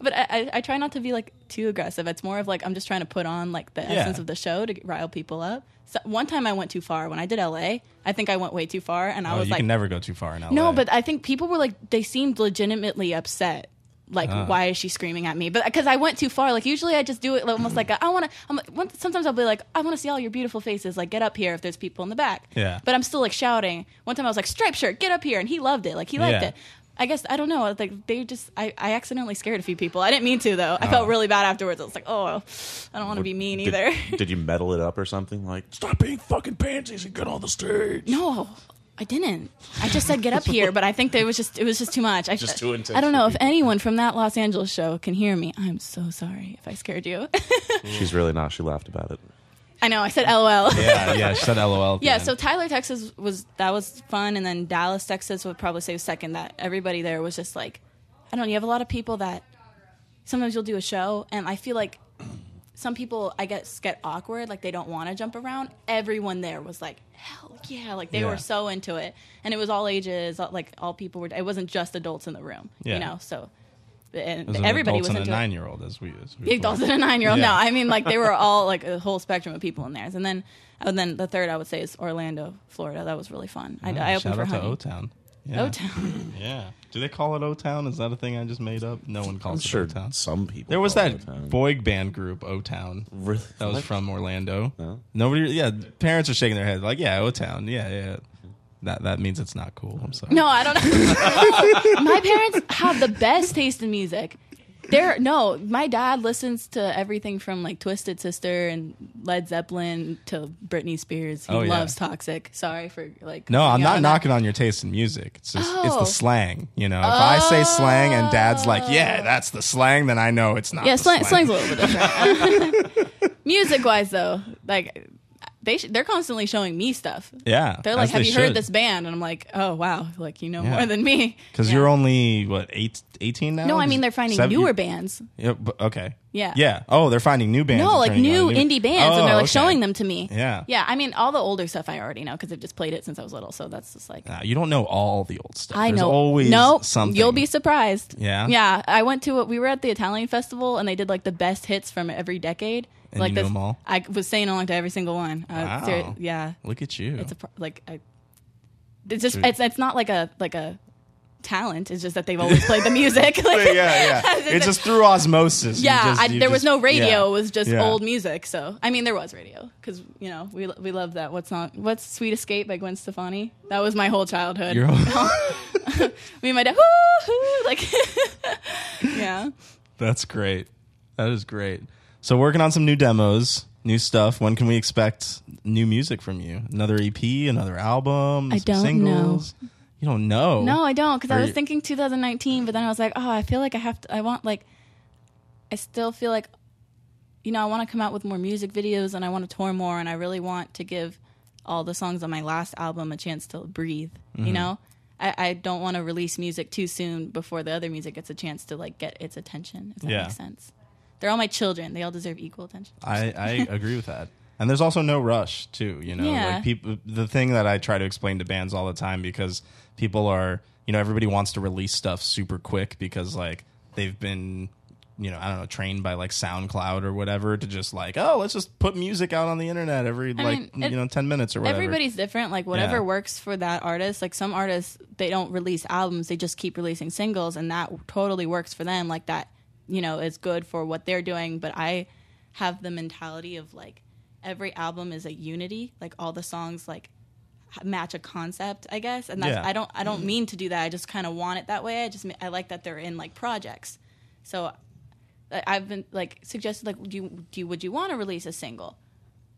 But I, I, I try not to be like too aggressive. It's more of like I'm just trying to put on like the essence of the show to rile people up. So one time I went too far when I did LA. I think I went way too far, and [laughs] I Oh, was you like, can never go too far in LA. no, but I think people were like, they seemed legitimately upset. Like, Ah. why is she screaming at me? But because I went too far. Like, usually I just do it almost like a, I want to. Sometimes I'll be like, I want to see all your beautiful faces. Like, get up here if there's people in the back. Yeah. But I'm still like shouting. One time I was like, stripe shirt, get up here, and he loved it. Like he liked Yeah. it. I guess I don't know. Like they just, I, I accidentally scared a few people. I didn't mean to though. Oh. I felt really bad afterwards. I was like, oh, I don't want to be mean did, either. [laughs] did you metal it up or something? Like, Stop being fucking pansies and get on the stage. No, I didn't. I just said get up here, but I think that it was just it was just too much. I, Just too intense I don't for know if people. anyone from that Los Angeles show can hear me. I'm so sorry if I scared you. [laughs] she's really not. She laughed about it. I know I said LOL. Yeah. yeah, yeah. She said LOL. at the end. so Tyler, Texas was that was fun, and then Dallas, Texas would probably say second. That everybody there was just like, I don't. know, You have a lot of people that sometimes you'll do a show, and I feel like some people I guess get awkward, like they don't want to jump around. Everyone there was like, hell yeah, like they Yeah. were so into it, and it was all ages, all- like all people were. It wasn't just adults in the room, Yeah. you know. So and There's an everybody adult was and into a it. nine-year-old as we. As we Big dolls and a nine year old. Yeah. No, I mean like they were all like a whole spectrum of people in there. And then, and then the third I would say is Orlando, Florida. That was really fun. I, I opened Shout for out to O Honey. Town. O Town. Yeah. Do they call it O Town? Is that a thing I just made up? No one calls I'm it sure O Town. some people. There was call that it a time. boy band group O Town Really? that was What? from Orlando. No? Nobody. Yeah, parents are shaking their heads like, "Yeah, O Town. Yeah, yeah." That that means it's not cool. I'm sorry. [laughs] No, I don't know. [laughs] my parents have the best taste in music. They're no, my dad listens to everything from like Twisted Sister and Led Zeppelin to Britney Spears. He Oh, yeah. loves Toxic. Sorry for like. No, I'm coming out not on that. knocking on your taste in music. It's just it's the Oh. slang. You know, if I say slang and Dad's like, "Yeah, that's the slang," then I know it's not. Oh. Yeah, the slang, slang's a little bit [laughs] different. [laughs] Music wise, though, like they sh- they're constantly showing me stuff. Yeah, They're like, as "Have they you should. heard this band?" And I'm like, "Oh wow, like you know Yeah. more than me." Because Yeah. you're only what eight, 18 now. no, I mean they're finding Seven- newer bands. Yeah, but- okay. Yeah. Yeah. Oh, they're finding new bands. No, and like turning new on indie bands, and Oh, they're like okay. showing them to me. Yeah. Yeah. I mean, all the older stuff I already know because I've just played it since I was little. So that's just like Nah, you don't know all the old stuff. I There's know. always no, something. You'll be surprised. Yeah? Yeah. I went to a, we were at the Italian festival and they did like the best hits from every decade. And like you knew this- 'em all? I was saying along to every single one. I was Wow. seri- yeah. Look at you. It's a [laughs] pro- like I. It's just it's, it's not like a like a talent. It's just that they've always played [laughs] the music. Like, [laughs] yeah, yeah. it just through osmosis. You [laughs] Yeah, just- I, you there was just- no radio. yeah. It was just Yeah. old music. So I mean, there was radio because you know we we love that. What's not what's "Sweet Escape" by Gwen Stefani? That was my whole childhood. Your [laughs] whole- Me and my dad, "Hoo, hoo," like [laughs] yeah. [laughs] That's great. That is great. So working on some new demos, new stuff. When can we expect new music from you? Another EP, another album, I some don't singles? You don't know. No, I don't because Are I was you- thinking 2019, but then I was like, oh, I feel like I have to. I want like, I still feel like, you know, I want to come out with more music videos and I want to tour more and I really want to give all the songs on my last album a chance to breathe. You know, I, I don't want to release music too soon before the other music gets a chance to like get its attention. If that Yeah. makes sense. They're all my children. They all deserve equal attention. I, I agree with that. And there's also no rush too, you know. Yeah. Like people the thing that I try to explain to bands all the time because people are, you know, everybody wants to release stuff super quick because like they've been, you know, I don't know, trained by like SoundCloud or whatever to just like, oh, let's just put music out on the internet every like, mean, it- you know, 10 minutes or whatever. Everybody's different. Like whatever Yeah. works for that artist. Like some artists, they don't release albums; they just keep releasing singles, and that totally works for them. Like that, you know, is good for what they're doing. But I have the mentality of like every album is a unity. Like all the songs like h- match a concept, I guess. And that's, Yeah. I don't I don't mean to do that. I just kind of want it that way. I just I like that they're in like projects. So I- I've been like suggested like do you, do you, would you want to release a single?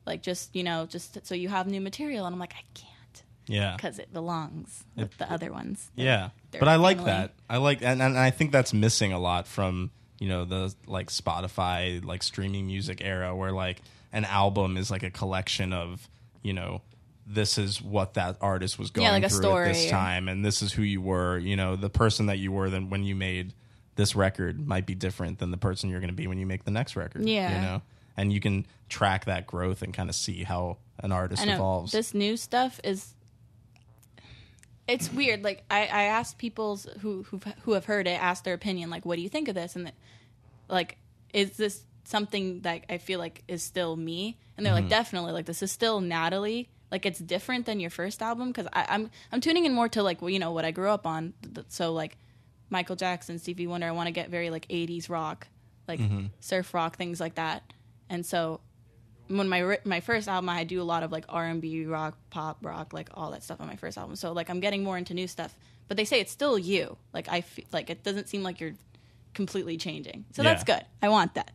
like just you know just so you have new material and i'm like i can't yeah. because it belongs with the other ones Yeah, their but I like family. that. I like, and, and I think that's missing a lot from you know the like Spotify like streaming music era, where like an album is like a collection of you know this is what that artist was going like a through at this story. time, and this is who you were. You know, the person that you were then when you made this record might be different than the person you're going to be when you make the next record. Yeah. you know, and you can track that growth and kind of see how an artist i know evolves. this new stuff is it's weird like i i asked people who who've, who have heard it asked their opinion like what do you think of this and like is this something that i feel like is still me and they're Mm-hmm. like definitely like this is still natalie like it's different than your first album because i'm i'm tuning in more to like well, you know what i grew up on Th- th- so like michael jackson stevie wonder i want to get very like 80s rock like surf rock things like that and so when my ri- my first album i do a lot of like r&b rock pop rock like all that stuff on my first album so like i'm getting more into new stuff but they say it's still you like i feel like it doesn't seem like you're completely changing so that's Yeah. good i want that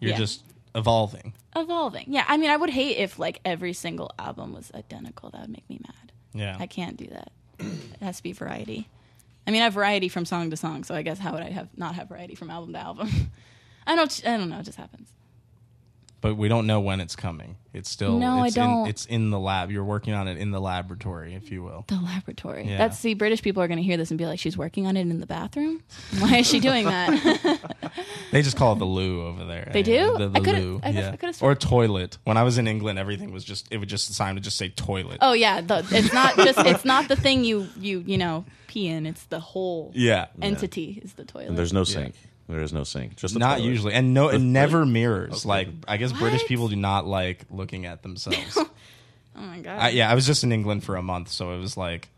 you're yeah. just evolving. evolving yeah i mean i would hate if like every single album was identical that would make me mad Yeah, i can't do that it has to be variety i mean i have variety from song to song so i guess how would i have not have variety from album to album [laughs] i don't i don't know it just happens but we don't know when it's coming. It's still No, I it's don't. In, it's in the lab. You're working on it in the laboratory, if you will. The laboratory. Yeah. That's see, British people are going to hear this and be like, "She's working on it in the bathroom. Why is she [laughs] doing that?" They just call it the loo over there. They do? The, I the could've- loo. I thought- I yeah. could've- or toilet. When I was in England, everything was just it would just sign would just say toilet. oh yeah, the, it's not just it's not the thing you you you know pee in. It's the whole Yeah. entity is the And toilet. there's no sink. There is no sink. Just a not toilet. usually, and no, it never mirrors. Like I guess British What? people do not like looking at [laughs] themselves. oh my god, I, yeah, I was just in England for a month, so it was like,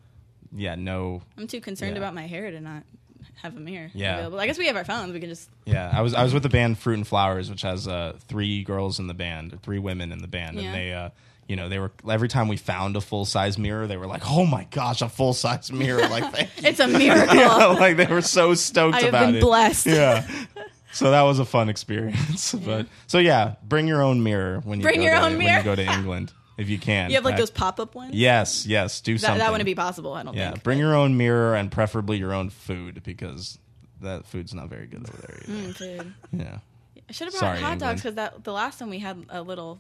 yeah, no, I'm too concerned Yeah. about my hair to not have a mirror. Yeah. available. I guess we have our phones. We can just Yeah, I was I was with the band Fruit and Flowers, which has uh, three girls in the band, three women in the band, Yeah. and they, uh, you know, they were every time we found a full size mirror, they were like, "Oh my gosh, a full size mirror!" [laughs] Like, thank you. [laughs] it's a miracle. like they were so stoked I have about been it. blessed. Yeah, [laughs] so that was a fun experience. But so yeah, bring your own mirror when you Bring go your to, own when mirror. you go to [laughs] England if you can. You have like I- those pop up ones. Yes, yes, do that, something. that wouldn't be possible. I don't Yeah, think. bring your own mirror and preferably your own food because that food's not very good over there. Either. Mm, dude. Yeah. I should have brought Sorry, hot dogs England. because that the last time we had a little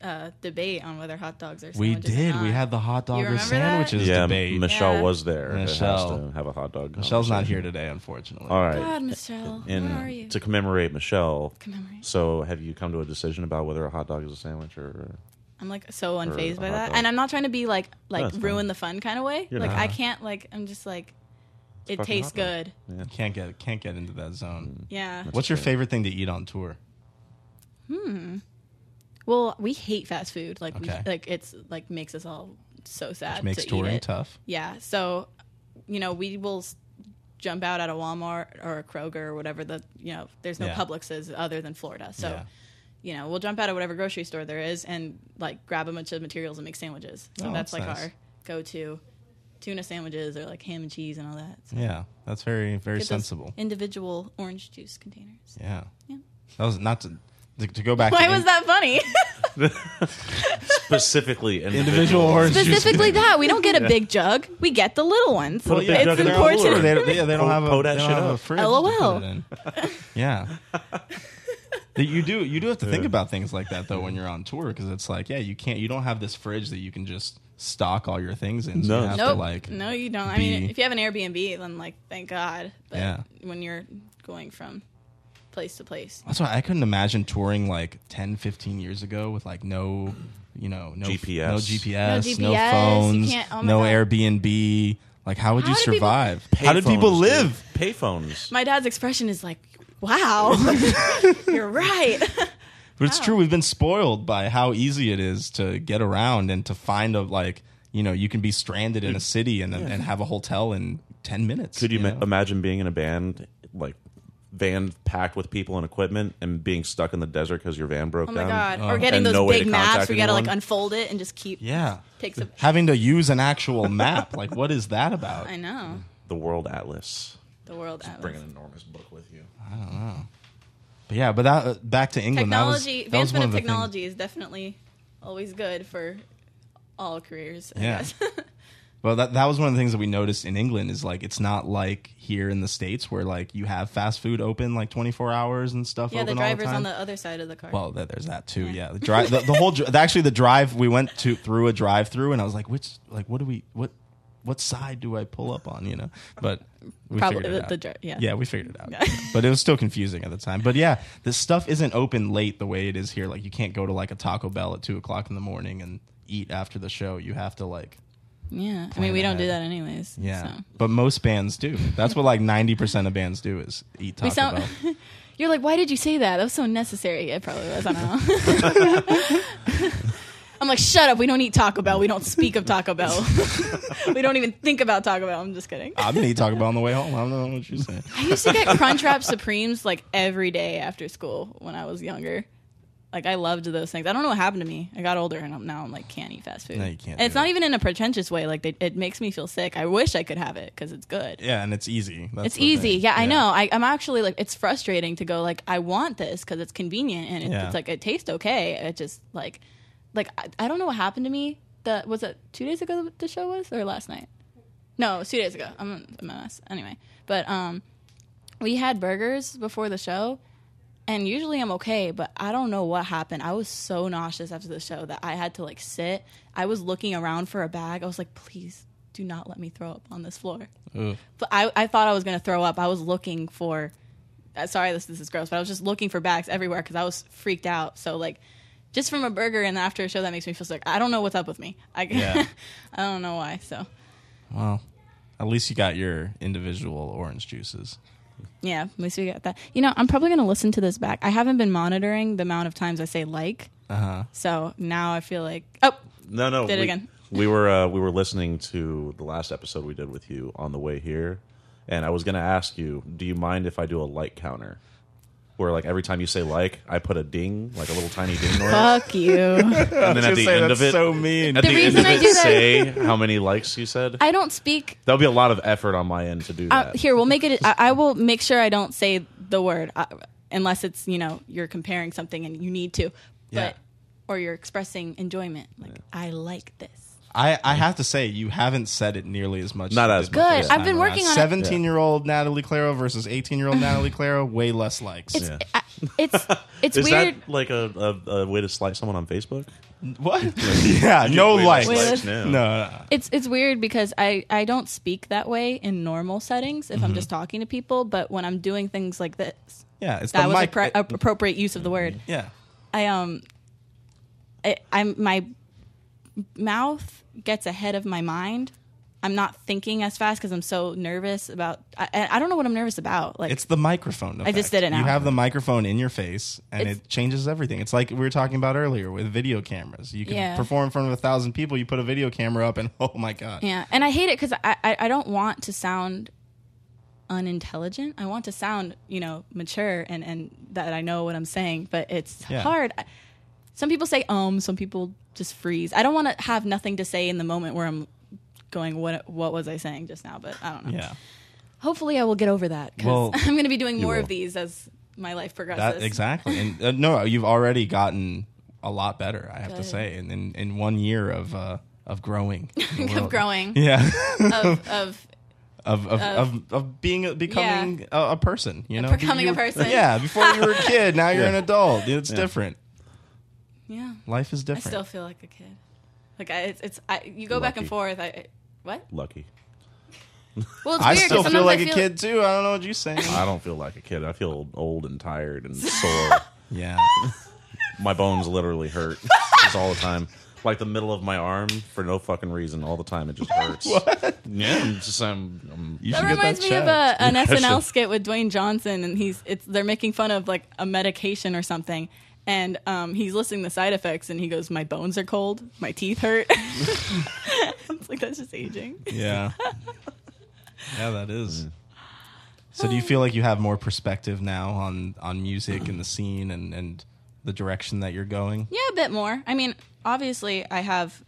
uh, debate on whether hot dogs are We sandwiches. or did. We not. had the hot dog or remember that? sandwiches yeah, debate. Michelle Yeah. was there. It has Michelle. to have a hot dog. Michelle's not conversation. here today, unfortunately. All right. God, Michelle, and where are you? to commemorate Michelle. Commemorate. So, have you come to a decision about whether a hot dog is a sandwich or? I'm like so a unfazed by hot that, dog. and I'm not trying to be like like that's fine. ruin the fun kind of way. You're like not. I can't like I'm just like it fucking tastes hot dog. good. Can't get can't get into that zone. Mm, Yeah. What's your favorite thing to eat on tour? Well, we hate fast food. Like Okay. we like it's like makes us all so sad. Makes Uh, to eat touring it. tough. Yeah. So, you know, we will s- jump out at a Walmart or a Kroger or whatever the you know. There's no Yeah. Publixes other than Florida, so. Yeah. You know, we'll jump out of whatever grocery store there is and like grab a bunch of materials and make sandwiches. So Oh, that's, that's like nice. our go-to tuna sandwiches or like ham and cheese and all that. So Yeah, that's very very get those sensible. Individual orange juice containers. Yeah. Yeah. That was not to to, to go back. [laughs] Why to was in- that funny? [laughs] Specifically, Individual orange juice. [laughs] Specifically, that we [laughs] don't get a big jug; we get the little ones. Put a big jug it's in there, important. Lord. They, don't- yeah, they don't Pull- have a, pull they that don't shit have a up. fridge. to LOL. put it in. [laughs] Yeah. That you do you do have to think about things like that though when you're on tour because it's like yeah you can't you don't have this fridge that you can just stock all your things in. So No. you have Nope. to like no, you don't. I mean, be- if you have an Airbnb, then like, thank God. But Yeah. when you're going from place to place, That's why I couldn't imagine touring like 10, 15 years ago with like no, you know, no GPS. no GPS, no, No GPS, you phones, can't- oh my no God. Airbnb. Like, how would you How did people- survive? how did people live? Payphones. my dad's expression is like, "Wow, [laughs] you're right." But it's true. We've been spoiled by how easy it is to get around and to find a like, you know, you can be stranded in a city and and have a hotel in ten minutes. Mm. Could you, ma- know? imagine being in a band like van packed with people and equipment and being stuck in the desert because your van broke Oh down? my God! or Uh, getting And those no way big to maps, contact we gotta like anyone? unfold it and just keep. Yeah. Take some- Having to use an actual map. like, what is that [laughs] about? I know The World Atlas. the world. Atlas. Bring an enormous book with you. But yeah, but that uh, back to England. that was- technology that was one advancement of of the things- technology is definitely always good for all careers I Yeah. guess. [laughs] Well, that, that was one of the things that we noticed in England is like it's not like here in the states where like you have fast food open like 24 hours and stuff. yeah the open all the driver's time. on the other side of the car Well, there- there's that too. Yeah, the drive. The, the whole dri- actually the drive we went to through a drive through and I was like, which like what do we what what side do I pull up on? You know, but we Probably figured it the- out. the dri- yeah. [laughs] yeah, we figured it out. but it was still confusing at the time. But yeah, this stuff isn't open late the way it is here. Like you can't go to like a Taco Bell at two o'clock in the morning and eat after the show. You have to like yeah i mean we don't do ahead. that anyways yeah, so. but most bands do. That's what like ninety percent of bands do is eat Taco we sound Bell. you're like why did you say that that was so unnecessary it probably was i don't know [laughs] i'm like shut up we don't eat taco bell we don't speak of taco bell [laughs] we don't even think about taco bell i'm just kidding I'm gonna eat Taco Bell on the way home. I don't know what you're [laughs] saying. I used to [laughs] get Crunchwrap Supremes like every day after school when I was younger. Like I loved those things. I don't know what happened to me. I got older and I'm, now I'm like can't eat fast food. No, you can't And it's do not it. even in a pretentious way. Like they, it makes me feel sick. I wish I could have it because it's good. Yeah, and it's easy. That's it's the easy. thing. Yeah, I know. I, I'm actually like it's frustrating to go like I want this because it's convenient and it, Yeah. it's like it tastes okay. It just like like I, I don't know what happened to me. The was it two days ago that the show was or last night? No, it was two days ago. I'm, I'm a mess. Anyway, but um, we had burgers before the show, and usually I'm okay, but I don't know what happened. I was so nauseous after the show that I had to like sit. I was looking around for a bag. I was like, please do not let me throw up on this floor. But I, I thought I was gonna throw up. I was looking for. Uh, sorry, this this is gross, but I was just looking for bags everywhere because I was freaked out. So like. Just from a burger and after a show, that makes me feel sick. I don't know what's up with me. I, Yeah. [laughs] I don't know why. So Well, at least you got your individual orange juices. Yeah, at least we got that. You know, I'm probably going to listen to this back. I haven't been monitoring the amount of times I say like. So now I feel like, oh, No, no. Did it we, again. We were uh, we were listening to the last episode we did with you on the way here, and I was going to ask you, do you mind if I do a like counter, where like every time you say like, I put a ding, like a little tiny ding noise, fuck you. and then at the end of it, so mean. at the, end reason of I it, do that- say how many likes you said. I don't speak. That'll be a lot of effort on my end to do Uh, that. here, we'll make it. I, I will make sure I don't say the word uh, unless it's, you know, you're comparing something and you need to. Yeah. But, or you're expressing enjoyment. Like, I like this. I, I have to say, you haven't said it nearly as much. Not you as did much. Good. this I've time been around. working on it. 17 year old Natalie Claro versus 18 [laughs] year old Natalie Claro, way less likes. It's, I- it's, it's Is weird. that like a, a, a way to slight someone on Facebook? [laughs] What? [laughs] yeah, no lights. Wait, let's- no, now. no. It's it's weird because I I don't speak that way in normal settings if I'm just talking to people, but when I'm doing things like this, Yeah, it's that the was mic. appro- ap- appropriate use of the word. yeah. I um, I, I'm my mouth gets ahead of my mind. I'm not thinking as fast because I'm so nervous about. I, I I don't know what I'm nervous about. Like It's the microphone. Effect. just did it now. You have the microphone in your face, and It's- it changes everything. It's like we were talking about earlier with video cameras. You can Yeah. perform in front of a thousand people. You put a video camera up, and [laughs] oh my god, Yeah, and I hate it because I, I I don't want to sound unintelligent. I want to sound you know mature and and that I know what I'm saying, but it's Yeah. hard. I- Some people say um, some people just freeze. I don't want to have nothing to say in the moment where I'm going. What what was I saying just now? But I don't know. yeah. Hopefully, I will get over that because Well, [laughs] I'm going to be doing more will. of these as my life progresses. That [laughs] exactly. And uh, no, you've already gotten a lot better. I have to Good. say, in, in in one year of uh, of [laughs] growing, in the Of world. growing, Yeah, [laughs] of, of of of, of of being becoming a, a person. You know, becoming You- a person. [laughs] Yeah, before you were a kid, now [laughs] you're an adult. It's different. yeah. Life is I different. still feel like a kid. Like I, it's, it's I, you go back and Lucky. forth. I, I what? Lucky. Well, it's I weird. 'cause still feel sometimes like I a kid too. I don't know what you're saying. I don't feel like a kid. I feel old and tired and [laughs] sore. [laughs] yeah, my bones literally hurt [laughs] just all the time. Like the middle of my arm for no fucking reason, all the time. It just [laughs] hurts. what? Yeah, I'm just I'm, I'm you That should get reminds that me of uh, checked. a, an should- [laughs] SNL skit with Dwayne Johnson, and he's it's they're making fun of like a medication or something, and um, he's listing the side effects, and he goes, "My bones are cold, my teeth hurt." [laughs] it's like that's just aging. [laughs] Yeah. yeah, that is. So do you feel like you have more perspective now on on music and the scene and and the direction that you're going? Yeah, a bit more. I mean, obviously, I have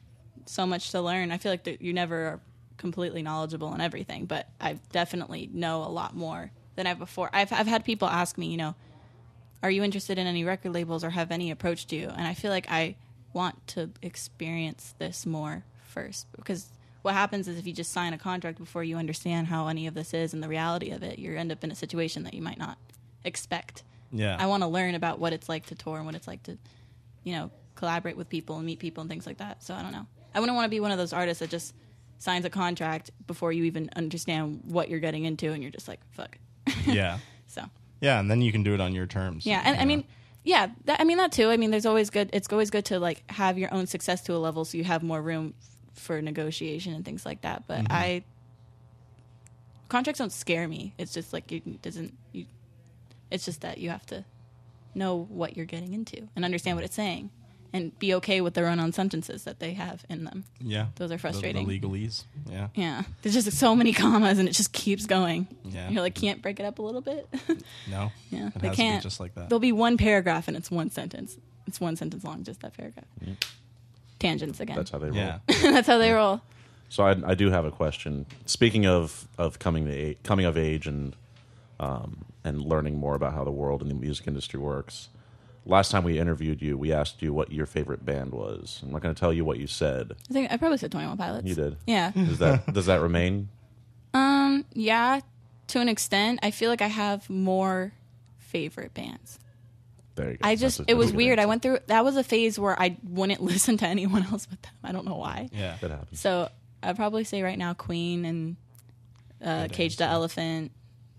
so much to learn. I feel like that you never are completely knowledgeable in everything, but I definitely know a lot more than I've before. I've I've had people ask me, you know, are you interested in any record labels or have any approached you? And I feel like I want to experience this more first because what happens is if you just sign a contract before you understand how any of this is and the reality of it, you end up in a situation that you might not expect. Yeah. I want to learn about what it's like to tour and what it's like to, you know, collaborate with people and meet people and things like that. So I don't know. I wouldn't want to be one of those artists that just signs a contract before you even understand what you're getting into and you're just like, fuck. yeah. So Yeah, and then you can do it on your terms. yeah, and I mean, yeah, that, I mean that too. I mean, there's always good. It's always good to like have your own success to a level so you have more room for negotiation and things like that. But I contracts don't scare me. It's just like it doesn't. You, it's just that you have to know what you're getting into and understand what it's saying, and be okay with their own sentences that they have in them. yeah. Those are The- frustrating. The, legalese. Yeah. Yeah, there's just so many commas and it just keeps going. Yeah. you're like can't break it up a little bit. [laughs] No. Yeah, It they has can't. to be just like that. There'll be one paragraph and it's one sentence. It's one sentence long, just that paragraph. Tangents [laughs] again. Mm-hmm. that's how they roll. [laughs] yeah. That's how they roll. So I, I do have a question. Speaking of of coming to a, coming of age and um, and learning more about how the world and the music industry works. Last time we interviewed you, we asked you what your favorite band was. I'm not going to tell you what you said. I think I probably said Twenty One Pilots. You [laughs] did. Yeah, [laughs] Does that does that remain? yeah. To an extent, I feel like I have more favorite bands. There you go. I That's just a- it was that's a good weird. I answer. went through that was a phase where I wouldn't [laughs] listen to anyone else but them. I don't know why. Yeah. That happens. So I'd probably say right now Queen and uh, Cage the Elephant,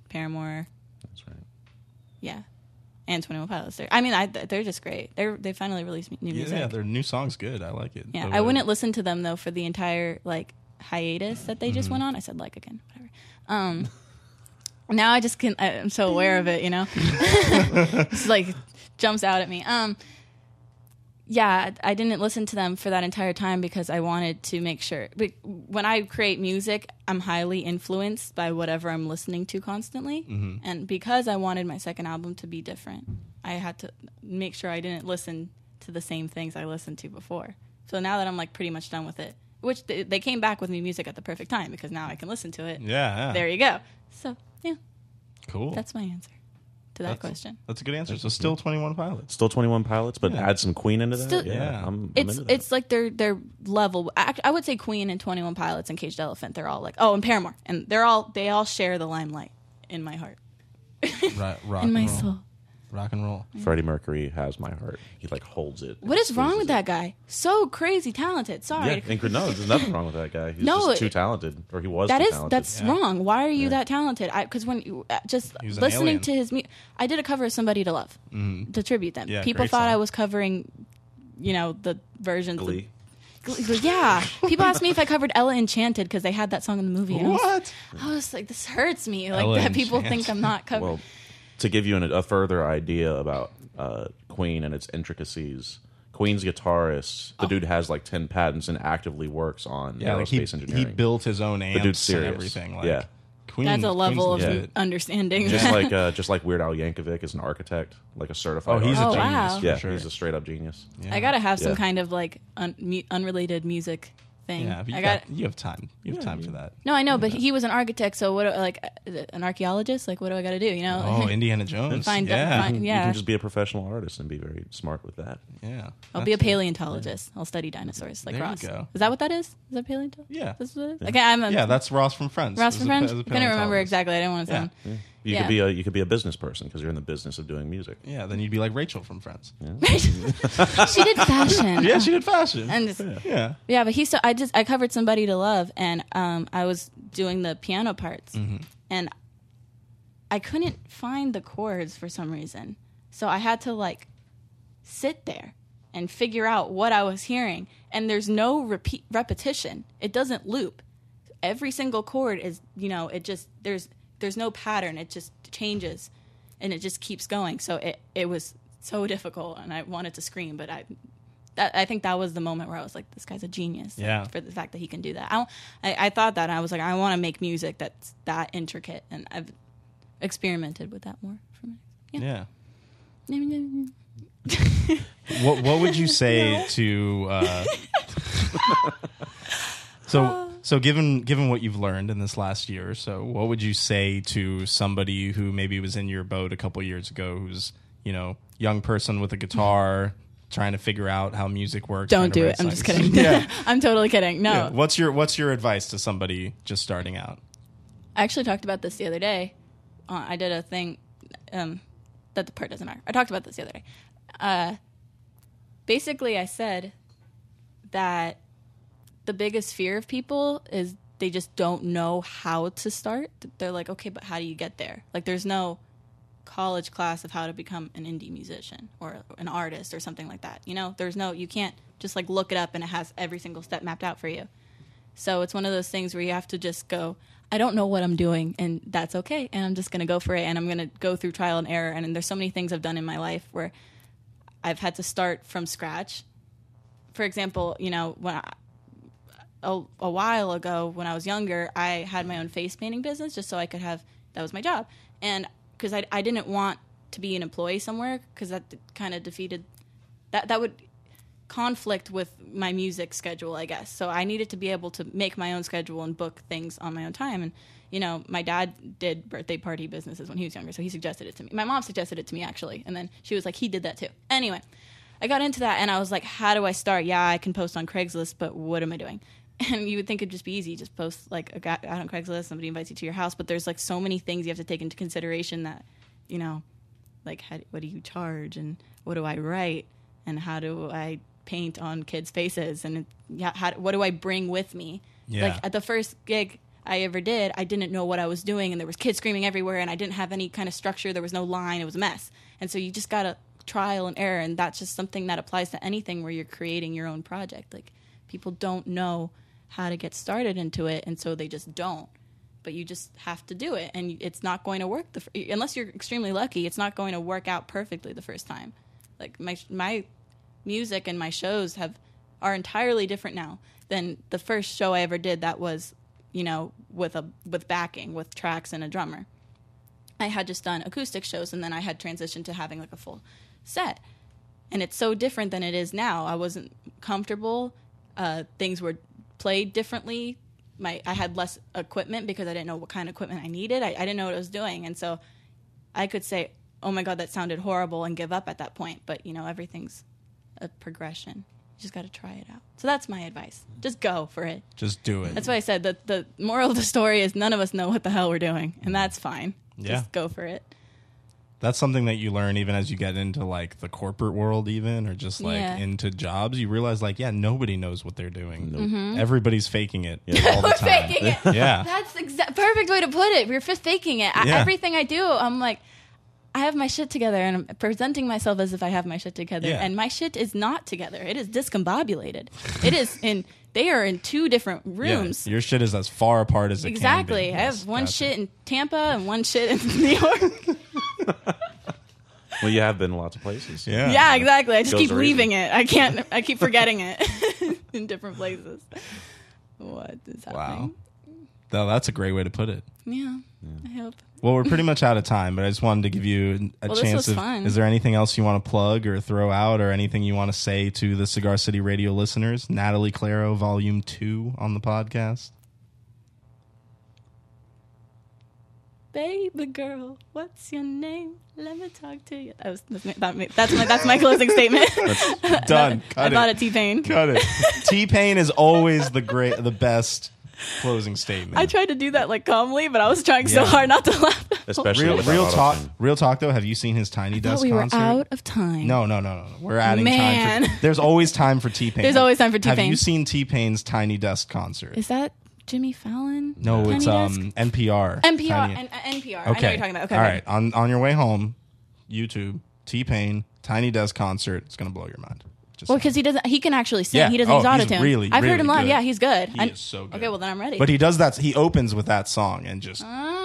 Paramore. That's right. Yeah. And 21 Pilots. They're, I mean, I, they're just great. They're, they finally released m- new Yeah, music. yeah, their new song's good. I like it. They're Yeah, I really- wouldn't listen to them though for the entire like hiatus that they just Mm-hmm. went on. I said like again, whatever. Um, [laughs] now I just can. I, I'm so aware of it, you know. it's [laughs] like jumps out at me. Um, yeah, I I didn't listen to them for that entire time because I wanted to make sure. But when I create music, I'm highly influenced by whatever I'm listening to constantly, Mm-hmm. and because I wanted my second album to be different, I had to make sure I didn't listen to the same things I listened to before. So now that I'm like pretty much done with it, which they, they came back with new music at the perfect time because now I can listen to it. Yeah. yeah. There you go. So yeah, Cool. that's my answer to that That's- question. That's a good answer. So still 21 Pilots. Still 21 Pilots, but add some Queen into that. Still- yeah, Yeah. I'm, I'm It's into that. it's like their their level. I, I would say Queen and Twenty One Pilots and Caged Elephant. They're all like oh, and Paramore, and they're all they all share the limelight in my heart, Right. Rock in my and roll. soul. Rock and roll. Freddie Mercury has my heart. He like holds it. What is wrong with that? that guy? So crazy talented. Sorry. Yeah, and could- no, there's nothing wrong with that guy. He's No, just too it- talented, or he was. That too is talented. that's wrong. Why are you that talented? I Because when you uh, just was an listening alien. Mm-hmm. to his music, I did a cover of "Somebody to Love" to tribute them. Yeah, People great thought I song. was covering, you know, the versions. of- Glee. Glee- Glee- [laughs] yeah. People asked me if I covered "Ella Enchanted" because they had that song in the movie. and I was- What? I was like, this hurts me. Like Ella that people think I'm not covering. Well, to give you an, a further idea about uh, Queen and its intricacies, Queen's guitarist, Oh. the dude has like ten patents and actively works on Yeah, aerospace like he, he engineering. built his own amps and serious. everything. Like, Yeah. Queen, that's a level of Queen's legit. understanding. [laughs] just like uh, just like Weird Al Yankovic is an architect, like a Oh, certified. he's a Oh, architect. genius. wow. for yeah, sure. he's a straight up genius. I gotta have some Yeah. kind of like un- mu- unrelated music thing. Yeah, but you, I got, got. you have time. You have time for that. No, I know, but he was an architect, so what? do- Like uh, an archaeologist? Like what do I gotta do? You know? [laughs] Oh, Indiana Jones. Find- yeah. find- You yeah. can just be a professional artist and be very smart with that. [laughs] yeah. I'll be a That's- paleontologist. I'll study dinosaurs like There you Ross. go. Is that what that is? Is that paleontologist? Yeah. That's what it is? Okay, I'm a Yeah, that's Ross from Friends. Ross As a from pa- Friends. as a I couldn't remember paleontologist. exactly. I didn't want to sound. [laughs] You Yeah. could be a you could be a business person because you're in the business of doing music. Yeah, then you'd be like Rachel from Friends. Yeah, she did fashion. she did fashion. And just- yeah. yeah. but he. So I just I covered somebody to love, and um, I was doing the piano parts, and I couldn't find the chords for some reason, so I had to like sit there and figure out what I was hearing. And there's no repeat repetition. It doesn't loop. Every single chord is, you know, it just there's there's no pattern. It just changes, and it just keeps going. So it it was so difficult, and I wanted to scream, but I. That, I think that was the moment where I was like, "This guy's a genius." like, Yeah. for the fact that he can do that, I, don't- I, I thought that and I was like, "I want to make music that's that intricate," and I've experimented with that more. For me. Yeah. Yeah. What What [laughs] would you say to? Uh, Uh. so so given given what you've learned in this last year, or so what would you say to somebody who maybe was in your boat a couple years ago, who's you know young person with a guitar trying to figure out how music works? trying Don't to do write it. I'm just songs? [laughs] kidding. yeah. [laughs] I'm totally kidding. No, yeah. What's your What's your advice to somebody just starting out? I actually talked about this the other day. Uh, I did a thing um, that the part doesn't matter. I talked about this the other day. Uh, basically, I said that the biggest fear of people is they just don't know how to start. They're like, okay, but how do you get there? Like, there's no college class of how to become an indie musician or an artist or something like that. You know, there's no, you can't just like look it up and it has every single step mapped out for you. So it's one of those things where you have to just go, I don't know what I'm doing, and that's okay. And I'm just going to go for it. And I'm going to go through trial and error. And, there's so many things I've done in my life where I've had to start from scratch. For example, you know, when I, a, a while ago when I was younger, I had my own face painting business just so I could have that was my job. And because I, I didn't want to be an employee somewhere because that kind of defeated that, that would conflict with my music schedule, I guess. So I needed to be able to make my own schedule and book things on my own time. And you know, my dad did birthday party businesses when he was younger, so he suggested it to me. My mom suggested it to me actually, and then she was like, "He did that too." Anyway, I got into that, and I was like, "How do I start? Yeah, I can post on Craigslist, but what am I doing?" [laughs] And you would think it'd just be easy, just post like a guy out on Craigslist, somebody invites you to your house, but there's like so many things you have to take into consideration that, you know, like how, what do you charge and what do I write and how do I paint on kids' faces and yeah, how, what do I bring with me? Yeah. Like at the first gig I ever did, I didn't know what I was doing and there was kids screaming everywhere and I didn't have any kind of structure. There was no line. It was a mess. And so you just got to trial and error and that's just something that applies to anything where you're creating your own project. Like people don't know how to get started into it and so they just don't but you just have to do it and it's not going to work the fir- unless you're extremely lucky it's not going to work out perfectly the first time like my my music and my shows have are entirely different now than the first show I ever did that was you know with a with backing with tracks and a drummer I had just done acoustic shows and then I had transitioned to having like a full set and it's so different than it is now. I wasn't comfortable. Uh, things were played differently. My I had less equipment because I didn't know what kind of equipment I needed. I, I didn't know what I was doing, and so I could say, "Oh my god, that sounded horrible," and give up at that point. But you know, everything's a progression. You just got to try it out. So that's my advice. Just go for it. Just do it. That's why I said that the moral of the story is none of us know what the hell we're doing, and that's fine. Yeah. Just go for it. that's something that you learn even as you get into like the corporate world even or just like Yeah. into jobs you realize like yeah nobody knows what they're doing everybody's faking it all the We're time Mm-hmm. [laughs] faking it. yeah That's exa- perfect way to put it. We're just faking it. I, Yeah. Everything I do, I'm like, I have my shit together, and I'm presenting myself as if I have my shit together, Yeah. and my shit is not together. It is discombobulated. it is in. They are in two different rooms. your shit is as far apart as it Exactly. can be. I Yes, have one gotcha. shit in Tampa and one shit in [laughs] New York. Well, you have been lots of places. yeah yeah, exactly. I just Goes keep to reason. leaving it. I can't. I keep forgetting it [laughs] in different places. What is wow happening? no, that's a great way to put it Yeah, I hope. well we're pretty much out of time but i just wanted to give you a Well, this chance was of fun. is there anything else you want to plug or throw out or anything you want to say to the cigar city radio listeners natalie claro volume 2 on the [laughs] podcast Baby girl, what's your name? Let me talk to you. That was, that's, my, that ma- that's my that's my [laughs] closing statement. [laughs] done I cut thought it it T Pain. Cut [laughs] it. T Pain is always the great, the best closing statement. I tried to do that like calmly, but I was trying so Yeah. hard not to laugh. Especially real, with real auto talk. tune. Real talk. Though, have you seen his Tiny Desk concert? of time. No, no, no, no. We're adding time. Man. For, [laughs] there's always time for T Pain. There's always time for Have T-Pain. you seen T Pain's Tiny Desk concert? is that Jimmy Fallon? no, Tiny it's Desk? um NPR. NPR Tiny- and uh, NPR. I know okay. what you're talking about. Okay, All okay. right. On on your way home, YouTube T Pain Tiny Desk concert. It's gonna blow your mind. Just Well, saying. because he doesn't, he can actually sing. Yeah. He doesn't Oh, use he's auto tune. really, I've heard really him live. good. Yeah, he's good. He I- is so good. Okay, well then I'm ready. But he does that. He opens with that song and just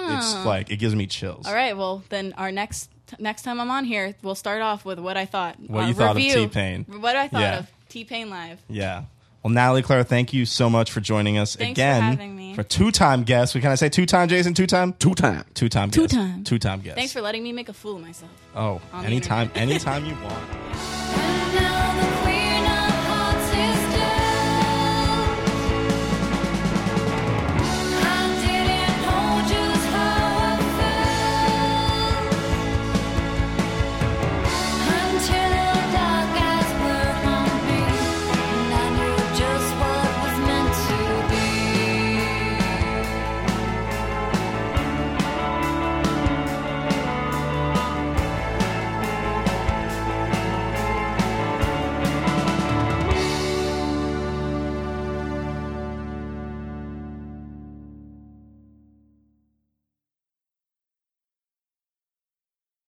it's like it gives me chills. Ah. All right, well then our next next time I'm on here, we'll start off with what I thought. What uh, you thought of review. T-Pain. What I thought Yeah. of T Pain live. Yeah. Well, Natalie Claire, thank you so much for joining us Thanks for again. having me. two time guest. We kind of say two time, Jason? Two time? Two times. Two time guest. Two-time. Two time guest. Thanks for letting me make a fool of myself. Oh, [laughs] on the anytime, internet. anytime you want. And now the